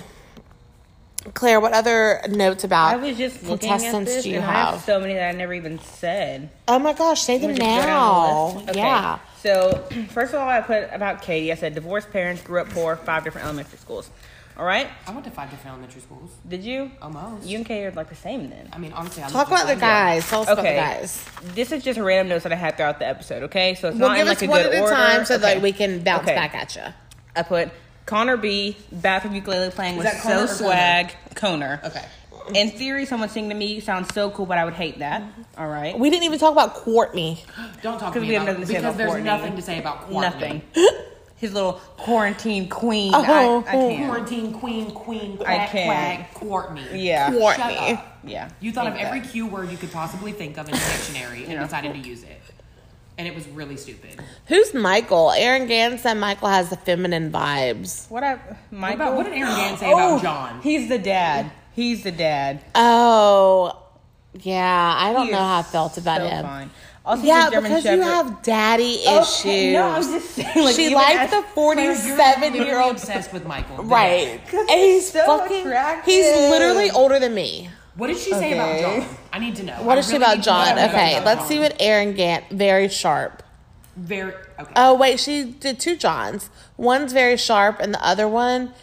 S1: Claire, what other notes about
S2: I was just looking at
S1: contestants
S2: this,
S1: do you
S2: and I
S1: have?
S2: have so many that I never even said.
S1: oh my gosh, say them
S2: Wanna just go down the
S1: now.
S2: list? Okay.
S1: Yeah.
S2: So, first of all, I put about Katie. I said divorced parents, grew up poor, five different elementary schools. All right.
S3: I went to five different elementary schools.
S2: Did you?
S1: Um,
S3: Almost.
S2: You and Katie are like the same then.
S3: I mean, honestly, I
S1: Talk
S3: looked
S1: about the
S3: at-
S1: guys. Tell us about the
S2: Okay.
S1: guys.
S2: This is just random notes that I had throughout the episode. Okay, so it's
S1: Well,
S2: not
S1: give
S2: in
S1: us
S2: like a
S1: one
S2: good
S1: at a
S2: order.
S1: time so
S2: Okay.
S1: that we can bounce
S2: Okay.
S1: back at you.
S2: I put Connor B. Bathroom ukulele playing was
S3: that Connor
S2: so
S3: or
S2: swag. Connor.
S3: Okay.
S2: In theory, someone singing to me sounds so cool, but I would hate that.
S1: Mm-hmm.
S2: All right.
S1: We didn't even talk about Courtney.
S3: Don't talk to
S2: 'Cause
S3: me
S2: we have
S3: about
S2: nothing to say
S3: because
S2: about
S3: there's
S2: Courtney.
S3: nothing to say about Courtney.
S2: Nothing. His little quarantine queen.
S1: Oh.
S2: I, I can't.
S3: Quarantine queen, queen,
S2: I
S3: quack,
S2: can't.
S3: quack, Courtney.
S2: Yeah.
S1: Courtney.
S3: Shut up.
S2: Yeah.
S3: You thought of
S2: Hate that.
S3: every Q word you could possibly think of in the dictionary and
S2: know.
S3: decided to use it. And it was really stupid.
S1: Who's Michael? Aaron Gann said Michael has the feminine vibes.
S2: What I
S3: What,
S2: Michael? Oh,
S3: about, what did Aaron Gann say about John?
S2: He's the dad. He's the dad.
S1: Oh, yeah. I don't
S2: He
S1: know
S2: is
S1: how I felt about
S2: so
S1: him.
S2: fine. Also,
S1: yeah,
S2: he's a German
S1: because
S2: Shepherd.
S1: you have daddy issues.
S2: Okay, no, I'm just saying, like,
S1: she
S2: even
S1: likes
S2: as-
S1: the
S3: Claire, you're literally
S1: forty-seven-year-old.
S3: obsessed with Michael.
S1: Right, and he's
S2: so
S1: fucking.
S2: attractive.
S1: He's literally older than me.
S3: What did she say about
S2: Okay.
S3: John? I need to know.
S1: What
S3: I
S1: is she
S3: really
S1: about
S3: need to
S1: John?
S3: know
S1: Okay,
S3: about
S1: let's
S3: John.
S1: see what Aaron Gant. Very sharp.
S3: Very okay.
S1: Oh wait, she did two Johns. One's very sharp, and the other one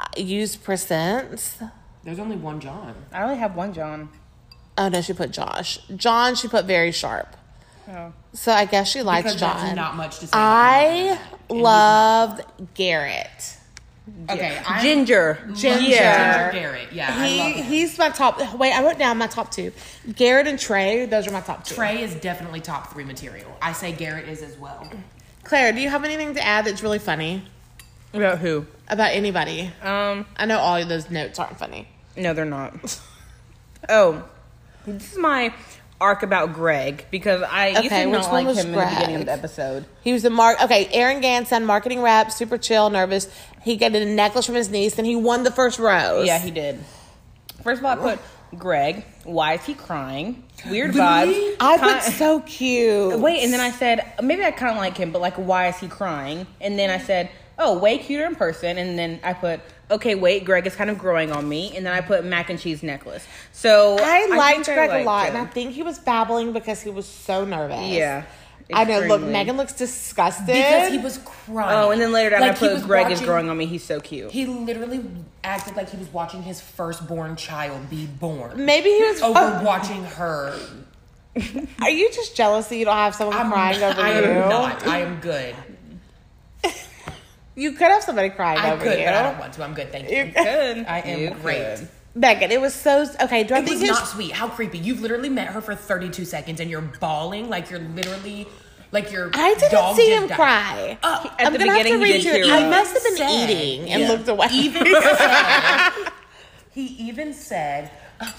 S1: uh, used percents.
S3: There's only one John.
S2: I only have one John.
S1: Oh no, she put Josh. John, she put very sharp. So I guess she likes
S3: Because that's
S1: John.
S3: not much to say.
S1: I loved Garrett.
S3: okay, I'm
S2: Ginger.
S1: Ginger.
S3: Ginger Garrett. Yeah, I love
S1: He,
S3: him.
S1: he's my top. Wait, I wrote down my top two. Garrett and Trey. Those are my top two.
S3: Trey is definitely top three material. I say Garrett is as well.
S1: Claire, do you have anything to add that's really funny
S2: About who?
S1: about anybody?
S2: Um,
S1: I know all of those notes aren't funny.
S2: no, they're not. oh, this is my arc about Greg because I used
S1: Okay,
S2: to
S1: which
S2: not
S1: one
S2: like
S1: was
S2: him in the beginning
S1: Greg?
S2: of the episode.
S1: He was the mark. Okay, Aaron Ganson, marketing rep, super chill, nervous. He got a necklace from his niece, and he won the first rose.
S2: Yeah, he did. First of all, I put Greg. Why is he crying? Weird vibes.
S1: I
S2: Kind-
S1: was so cute.
S2: Wait, and then I said maybe I kind of like him, but like, why is he crying? And then I said, oh, way cuter in person. And then I put, okay, wait, Greg is kind of growing on me. And then I put mac and cheese necklace. So
S1: I
S2: think
S1: liked
S2: I
S1: Greg a
S2: liked
S1: lot,
S2: him.
S1: and I think he was babbling because he was so nervous.
S2: Yeah,
S1: I know. Look,
S2: extremely.
S1: Megan looks disgusted.
S3: Because he was crying.
S2: Oh, and then later down
S3: Like,
S2: I
S3: he
S2: put
S3: was
S2: Greg is
S3: watching-
S2: growing on me. He's so cute.
S3: He literally acted like he was watching his firstborn child be born
S1: Maybe he was.
S3: over
S1: oh,
S3: watching her.
S1: are you just jealous that you don't have someone
S3: I'm
S1: crying over
S3: I
S1: you?
S3: am not. I am good.
S1: You could have somebody crying
S3: I
S1: over
S3: could,
S1: you.
S3: but I don't want to. I'm good. Thank you.
S2: Good.
S3: I am
S2: You
S3: great.
S2: good.
S1: Megan, it was so okay. Do I
S3: It
S1: think
S3: was
S1: his-
S3: not sweet. How creepy. You've literally met her for 32 seconds and you're bawling like you're literally like your
S1: I didn't
S3: dog
S1: see
S3: just
S1: him
S3: died.
S1: cry.
S3: Oh,
S2: at
S1: I'm
S2: the
S1: gonna have to
S2: beginning he
S1: read
S2: did
S1: you.
S2: tear
S1: I
S2: up.
S1: must have been
S3: Sad.
S1: eating and
S2: Yeah.
S1: looked away.
S3: Even said, he even said, "Uh,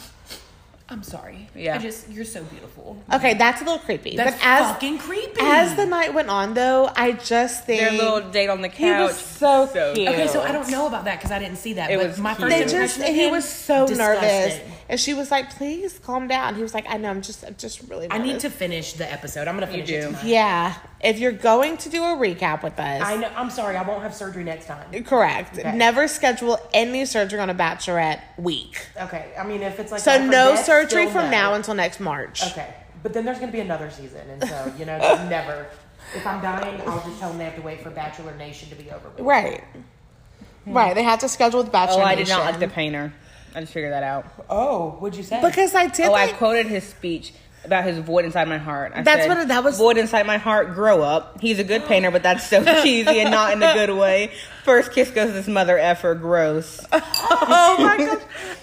S3: "I'm sorry.
S2: Yeah.
S3: I just you're so beautiful.
S1: okay, that's a little creepy.
S3: That's
S1: but as
S3: fucking creepy."
S1: as the night went on, though, I just think
S2: Their little date on the couch.
S1: he was so, cute.
S3: okay, so I don't know about that because I didn't see that.
S2: It
S3: but
S2: was
S3: my
S2: cute.
S3: first
S1: They
S3: impression
S1: just
S3: of
S1: he
S3: him,
S1: was so nervous,
S3: disgusting.
S1: and she was like, "Please calm down." He was like, "I know, I'm just, I'm just really."
S3: I need
S1: nervous."
S3: to finish the episode. I'm gonna finish it
S2: do.
S3: tonight.
S1: Yeah, if you're going to do a recap with us,
S3: I know. I'm sorry. I won't have surgery next time.
S1: correct.
S3: Okay.
S1: Never schedule any surgery on a bachelorette week.
S3: Okay. I mean, if it's like
S1: So
S3: that for
S1: no
S3: Beth,
S1: surgery
S3: still
S1: from
S3: no.
S1: now until next March.
S3: Okay, but then there's gonna be another season, and so you know, just never. If I'm dying, I'll just tell them they have to wait for Bachelor Nation to be over. With.
S1: Right. Right. They have to schedule the bachelor.
S2: Hmm. Oh, I did not
S1: Nation.
S2: like the painter. I just figured that out.
S3: Oh, what'd you say?
S1: Because I did.
S2: Oh, I
S1: like,
S2: quoted his speech about his void inside my heart. I
S1: That's
S2: said,
S1: what- that was-
S2: void inside my heart. Grow up. He's a good painter, but that's so cheesy and not in a good way. First kiss goes to this mother effer. Gross.
S1: oh my gosh.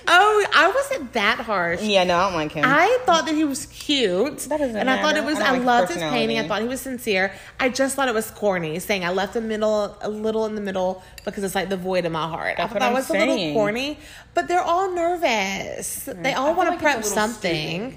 S1: Oh, I wasn't that harsh.
S2: Yeah, no, I don't like him.
S1: I thought that he was cute.
S2: That doesn't
S1: And I thought it
S2: matter.
S1: was,
S2: I don't
S1: I,
S2: like
S1: loved
S2: his
S1: his painting. I
S2: personality.
S1: thought he was sincere. I just thought it was corny, saying I left the middle, a little in the middle because it's like the void in my heart. I
S2: That's
S1: thought
S2: what
S1: that
S2: I'm
S1: was a little
S2: saying.
S1: corny, but they're all nervous. They all want to prep something.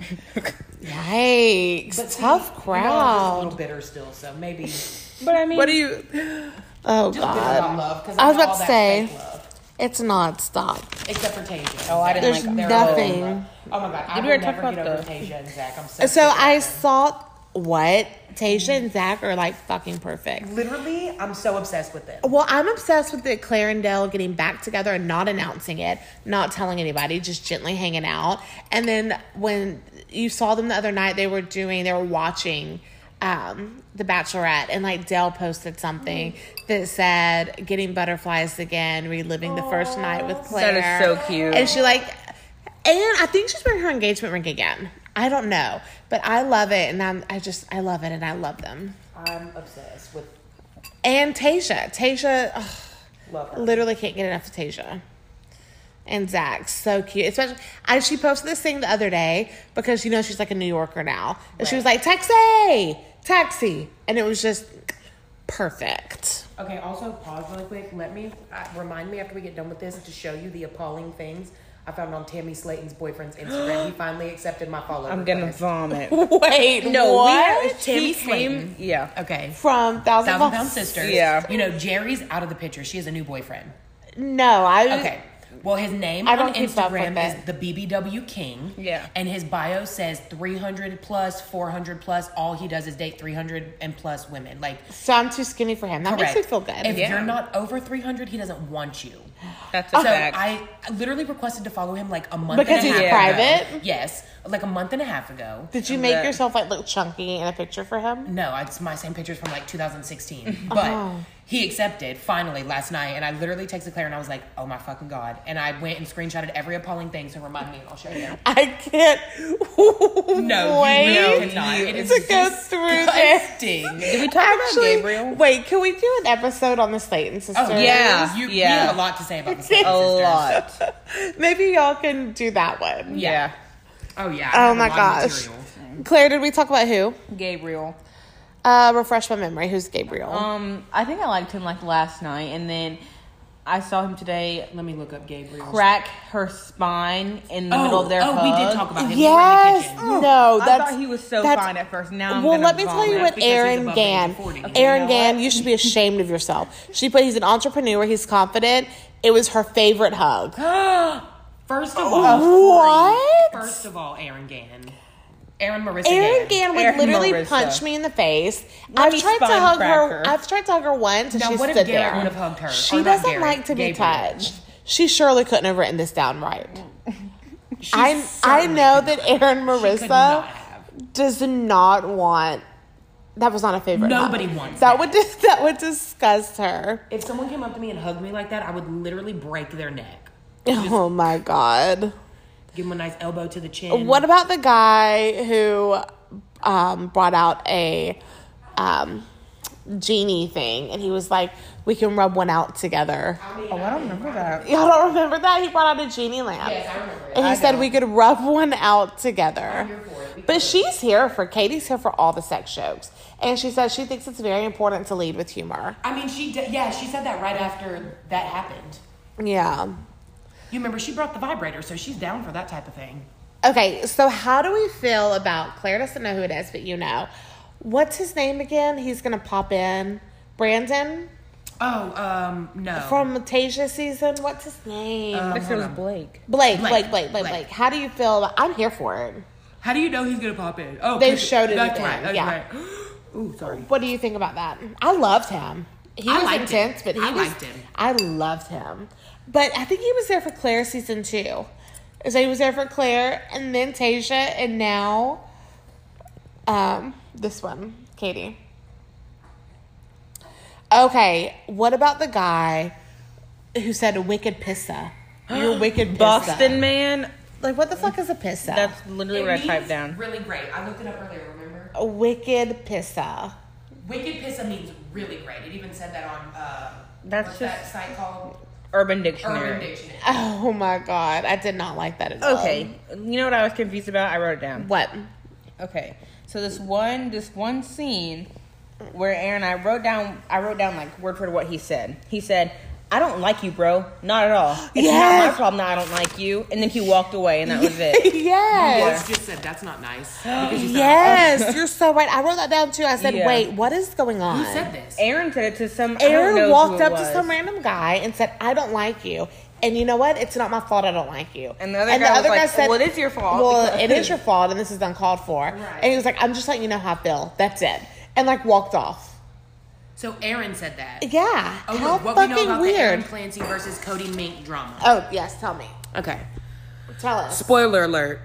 S1: Yikes.
S3: But
S1: Tough
S3: see, you know, I'm just a
S1: crowd.
S3: little bitter still, so maybe just
S2: but I mean,
S1: What do you? Oh
S3: bitter about
S1: God!
S3: love. 'cause
S1: I was
S3: know
S1: about
S3: all
S1: to
S3: that
S1: say-
S3: fake love,
S1: It's nonstop.
S3: except for Tasia.
S2: Oh, I didn't
S1: There's
S2: like.
S3: They're
S1: nothing.
S3: all- Oh my god!
S2: Did
S3: I
S2: we
S3: will
S2: already talk
S3: never get
S2: about
S3: over
S2: the-
S3: Tasia and Zach. I'm so.
S1: So
S3: sick of
S1: I
S3: them.
S1: saw what Tasha and Zach are like fucking perfect.
S3: literally, I'm so obsessed with them.
S1: Well, I'm obsessed with the Claire and Dell getting back together and not announcing it, not telling anybody, just gently hanging out. And then when you saw them the other night, they were doing, they were watching um, The Bachelorette, and like Dell posted something that said, "Getting butterflies again, reliving the first night with Claire."
S2: That is so cute.
S1: And she like, and I think she's wearing her engagement ring again. I don't know, but I love it, and I'm, I just, I love it, and I love them.
S3: I'm obsessed with
S1: And Tasha, Tasha. ugh,
S3: love. Her.
S1: literally can't get enough of Tasia. And Zach, so cute. Especially, I, she posted this thing the other day because you know she's like a New Yorker now, and she was like taxi, taxi, and it was just perfect.
S3: Okay, also pause really quick. Let me uh, remind me after we get done with this to show you the appalling things I found on Tammy Slayton's boyfriend's Instagram. he finally accepted my follow.
S2: I'm gonna
S3: request.
S2: vomit.
S1: Wait,
S2: No,
S1: what?
S2: We have, he
S3: Tammy
S2: came,
S3: Slayton.
S2: yeah.
S3: Okay.
S1: From Thousand,
S3: Thousand
S1: Pound
S3: Pound Sisters.
S2: Yeah.
S3: You know, Jerry's out of the picture. She has a new boyfriend.
S1: No, I
S3: Okay. Well, his name
S1: I don't
S3: on
S1: keep up with
S3: Instagram
S1: that.
S3: is the BBW King.
S2: Yeah.
S3: And his bio says 300 plus, 400 plus. All he does is date 300 and plus women. Like,
S1: So I'm too skinny for him. That
S3: correct.
S1: makes me feel good.
S3: If
S2: Yeah.
S3: you're not over 300, he doesn't want you.
S2: That's a
S3: So
S2: fact.
S3: I literally requested to follow him like a month
S1: Because
S3: and
S1: he's
S3: a half ago.
S1: private?
S3: Yes, like a month and a half ago.
S1: Did you make
S2: that-
S1: yourself like look chunky in a picture for him? Oh.
S3: No, it's my same pictures from like 2016. But He accepted finally last night, and I literally texted Claire and I was like, "Oh my fucking god!" And I went and screenshotted every appalling thing. So remind me, and I'll show you.
S1: I can't
S3: No,
S1: wait
S3: you really cannot. It is
S1: to go
S3: disgusting.
S1: through this.
S2: Did we talk
S1: Actually,
S2: about Gabriel?
S1: wait, can we do an episode on the Slayton sisters?
S3: Oh
S2: Yeah,
S3: you, you
S2: yeah.
S3: have a lot to say about this.
S2: A lot.
S1: Maybe y'all can do that one.
S2: Yeah.
S3: Oh yeah. I
S1: Oh,
S3: have a
S1: my
S3: lot of
S1: gosh.
S3: material.
S1: Claire, did we talk about who?
S6: Gabriel.
S1: Uh, refresh my memory. Who's Gabriel?
S6: Um, I think I liked him like last night, and then I saw him today
S3: Let me look up Gabriel.
S6: crack her spine in the
S3: Oh,
S6: middle of their
S3: oh,
S6: hug.
S3: we did talk about him.
S1: yes.
S3: We were in the kitchen.
S1: No,
S2: I
S1: that's
S2: thought he was so
S1: that's-
S2: fine at first. Now I'm
S1: well,
S2: gonna
S1: let me tell
S2: vomit.
S1: you what
S3: because he's
S1: Erin
S3: above the age
S1: Gann.
S3: of 40. Okay,
S1: Erin
S2: you know
S1: Gann, you should be ashamed of yourself. She put he's an entrepreneur, he's confident. It was her favorite hug.
S3: First of all,
S1: Oh, What?
S3: first of all, Aaron Gann, Aaron Marissa.
S1: Erin Gann would
S2: Erin
S1: literally
S2: Marissa.
S1: punch me in the face. I've
S2: me
S1: tried to
S2: spine
S1: hug
S2: crack
S1: her.
S2: her.
S1: I've tried to hug her once, and
S3: Now,
S1: she
S3: what if
S1: stood
S3: Garrett
S1: there.
S3: would have hugged her?
S1: She
S3: Or not
S1: doesn't
S3: Garrett,
S1: like to be
S3: Gabriel.
S1: touched. She surely couldn't have written this down right. I I know that Erin
S3: could not
S1: Marissa
S3: have.
S1: does not want. That was not a favorite. hug.
S3: Nobody wants
S1: that. Would dis- that would disgust her.
S3: If someone came up to me and hugged me like that, I would literally break their neck.
S1: Oh my god.
S3: Give them a nice elbow to the chin.
S1: What about the guy who um, brought out a um, genie thing and he was like, we can rub one out together?
S2: Oh, I don't remember that.
S1: Y'all don't remember that? He brought out a genie lamp. And he said we could rub one out together. But she's here for Katie's here for all the sex jokes. And she says she thinks it's very important to lead with humor.
S3: I mean, she d- yeah, she said that right after that happened.
S1: Yeah.
S3: You remember she brought the vibrator, so she's down for that type of thing.
S1: Okay, so how do we feel about Claire doesn't know who it is, but you know. What's his name again? He's gonna pop in. Brandon?
S3: Oh, um, no. Um,
S1: from Tasia season. What's his name?
S2: This was Blake.
S1: um, Blake, Blake,
S3: Blake,
S1: Blake, Blake, Blake,
S3: Blake.
S1: How do you feel? about- I'm here for it.
S3: How do you know he's gonna pop in? Oh,
S1: They
S3: 'cause
S1: showed it
S3: That's
S1: again,
S3: right. That's
S1: yeah.
S3: right. Ooh, sorry.
S1: What do you think about that? I loved him. He
S3: I
S1: was
S3: liked
S1: intense,
S3: him.
S1: but he
S3: I
S1: was,
S3: liked him.
S1: I loved him. But I think he was there for Claire season two. So he was there for Claire and then Tasia and now um this one, Katie. Okay, what about the guy who said a wicked pissa? You're a wicked pissa.
S2: Boston man.
S1: Like what the fuck is a pissa?
S2: That's literally what I typed down.
S3: Really great. I looked it up earlier. Remember?
S1: a wicked pissa.
S3: Wicked Pissa means really great. It even said that on uh,
S2: That's
S3: what's
S2: just-
S3: that site called
S2: Urban Dictionary.
S3: Urban Dictionary.
S1: Oh my god, I did not like that at all.
S2: Okay, you know what I was confused about? I wrote it down.
S1: What?
S2: Okay, so this one, this one scene where Aaron, I wrote down, I wrote down like word for word what he said. He said, "I don't like you, bro. Not at all. It's not
S1: Yes.
S2: my problem that I don't like you." And then he walked away, and that was it.
S1: yes.
S3: It's just said that's not nice. Because you said,
S1: Yes, you're so right. I wrote that down too. I said,
S2: Yeah.
S1: wait, what is going on?
S3: Who said this?
S2: Aaron said it to some. I don't know
S1: Aaron
S2: who
S1: walked
S2: it
S1: up to
S2: was.
S1: some random guy and said, I don't like you. And you know what? It's not my fault I don't like you.
S2: And the other guy was like, "Well, it is your fault
S1: Well,
S2: because-"
S1: it is your fault, and this is uncalled for. And he was like, I'm just letting you know how I feel. That's it. And like walked off.
S3: So Aaron said that.
S1: Yeah.
S3: Oh,
S1: how
S3: look, what
S1: fucking
S3: we know about the
S1: weird.
S3: Aaron Clancy versus Cody Mink drama.
S1: oh, yes, tell me.
S3: Okay.
S1: Tell us.
S3: Spoiler alert.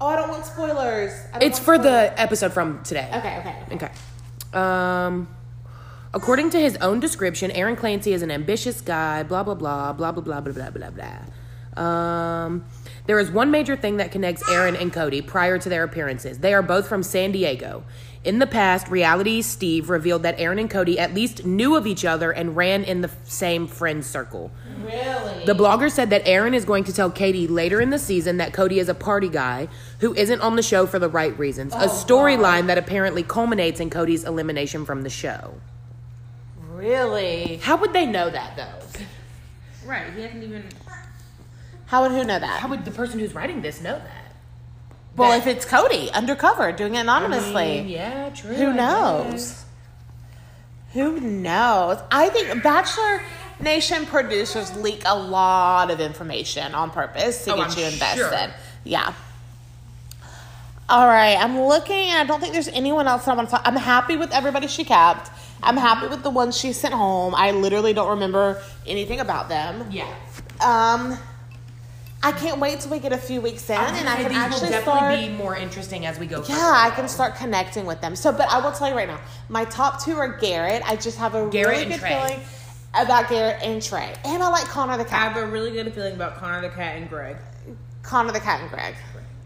S1: Oh, I don't want spoilers. I don't
S3: It's
S1: want spoilers.
S3: for the episode from today.
S1: Okay, okay.
S3: Okay. Um, according to his own description, Aaron Clancy is an ambitious guy, blah, blah, blah, blah, blah, blah, blah, blah, blah, blah. Um, there is one major thing that connects Aaron and Cody prior to their appearances. They are both from San Diego. In the past, reality Steve revealed that Aaron and Cody at least knew of each other and ran in the same friend circle. The blogger said that Aaron is going to tell Katie later in the season that Cody is a party guy who isn't on the show for the right reasons,
S1: Oh,
S3: a storyline that apparently culminates in Cody's elimination from the show.
S1: Really?
S3: How would they know that though?
S2: Right, he hasn't even.
S1: How would who know that?
S3: How would the person who's writing this know that?
S1: Well, if it's Cody, undercover, doing it anonymously.
S3: yeah, true.
S1: Who knows? Who knows? I think Bachelor Nation producers leak a lot of information on purpose to
S3: Oh,
S1: get
S3: I'm
S1: you invested.
S3: sure.
S1: Yeah. All right, I'm looking, and I don't think there's anyone else that I want to talk. I'm happy with everybody she kept. I'm happy with the ones she sent home. I literally don't remember anything about them.
S3: Yeah.
S1: Um, I can't wait till we get a few weeks in, and I
S3: think
S1: can
S3: these will
S1: actually
S3: definitely
S1: start.
S3: be more interesting as we go.
S1: Yeah, I can start connecting with them. So, but I will tell you right now, my top two are Garrett. I just have a
S3: Garrett
S1: really
S3: and
S1: good
S3: Trey.
S1: feeling about Garrett and Trey, and I like Connor the
S2: I have
S1: cat.
S2: a really good feeling about Connor the cat and Greg.
S1: Connor the cat and Greg,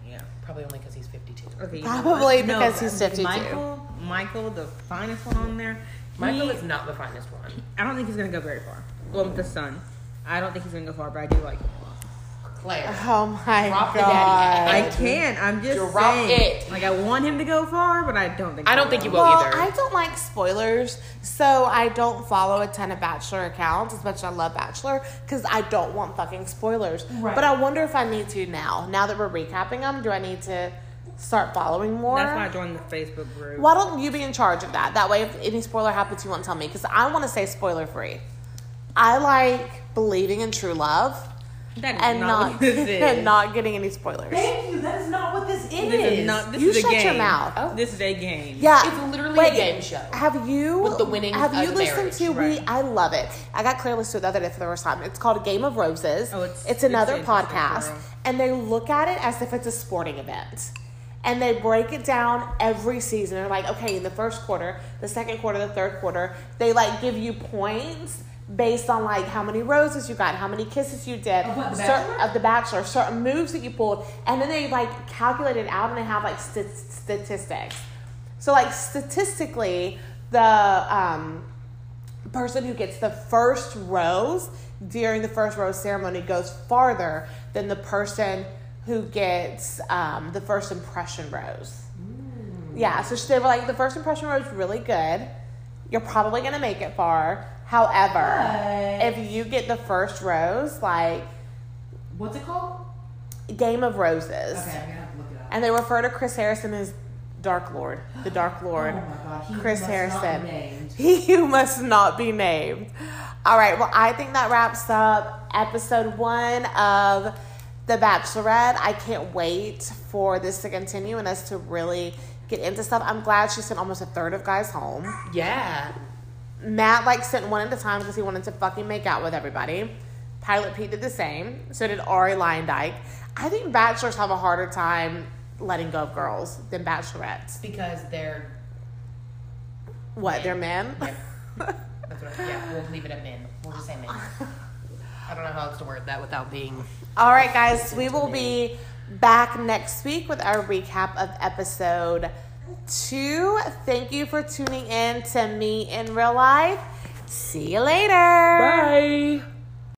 S2: Yeah.
S3: Probably only because he's fifty-two.
S2: Okay, you know
S1: probably
S2: what? No,
S1: because he's fifty-two.
S2: Michael, Michael, the finest one on there.
S3: Michael
S2: he-
S3: is not the finest one.
S2: I don't think he's gonna go very far. Well, with the son, I don't think he's gonna go far, but I do like. Him.
S3: Claire.
S1: Oh my
S3: Drop the daddy
S1: god!
S3: hat.
S2: I can. I'm just
S3: Drop
S2: saying.
S3: it.
S2: Like I want him to go far, but I don't think.
S3: I don't
S2: he
S3: think he
S2: will.
S3: will
S1: well,
S3: either.
S1: I don't like spoilers, so I don't follow a ton of Bachelor accounts as much as I love Bachelor because I don't want fucking spoilers. But I wonder if I need to now. Now that we're recapping them, do I need to start following more?
S2: That's why I joined the Facebook group.
S1: Why don't you be in charge of that? That way, if any spoiler happens, you won't tell me because I want to say spoiler free. I like believing in true love
S2: That is
S1: and
S2: not,
S1: not,
S2: what this is.
S1: and not getting any spoilers.
S3: Thank you. That is not what this is.
S2: This is not. This
S1: You
S2: is a
S1: shut your
S2: game.
S1: mouth.
S2: This is a game.
S1: Yeah,
S3: It's literally a game show.
S1: Have you
S3: With the winnings
S1: Have you
S3: of
S1: listened
S3: marriage,
S1: to
S2: right.
S1: we? I love it. I got Claire listened to it the other day for the first time. It's called Game of Roses.
S2: Oh, it's- it's
S1: another
S2: interesting,
S1: podcast,
S2: girl.
S1: and they look at it as if it's a sporting event. And they break it down every season. They're like, okay, in the first quarter, the second quarter, the third quarter, they like give you points based on like how many roses you got, how many kisses you did,
S3: Of what, The
S1: cer-
S3: Bachelor?
S1: of the Bachelor, certain moves that you pulled, and then they like calculate it out and they have like st- statistics. So like statistically, the um, person who gets the first rose during the first rose ceremony goes farther than the person who gets um, the first impression rose. Yeah, so they were like, the first impression rose really good. You're probably gonna make it far. However, if you get the first rose, like
S3: What's it called?
S1: Game of Roses.
S3: Okay, I'm gonna have to look it up.
S1: And they refer to Chris Harrison as Dark Lord, the Dark Lord.
S3: Oh my God, he
S1: Chris
S3: must not be
S1: Harrison.
S3: named.
S1: He who must not be named. All right, well, I think that wraps up episode one of The Bachelorette. I can't wait for this to continue and us to really get into stuff. I'm glad she sent almost a third of guys home.
S3: Yeah.
S1: Matt like sent one at a time because he wanted to fucking make out with everybody. Pilot Pete did the same. So did Ari Lyndike. I think bachelors have a harder time letting go of girls than bachelorettes.
S3: Because they're.
S1: What? They're men.
S3: Yeah. That's what I, yeah, we'll leave it at men. We'll just say men. I don't know how else to word that without being.
S1: All right, guys. We will be back next week with our recap of episode two. Thank you for tuning in to me in real life. See you later.
S3: Bye.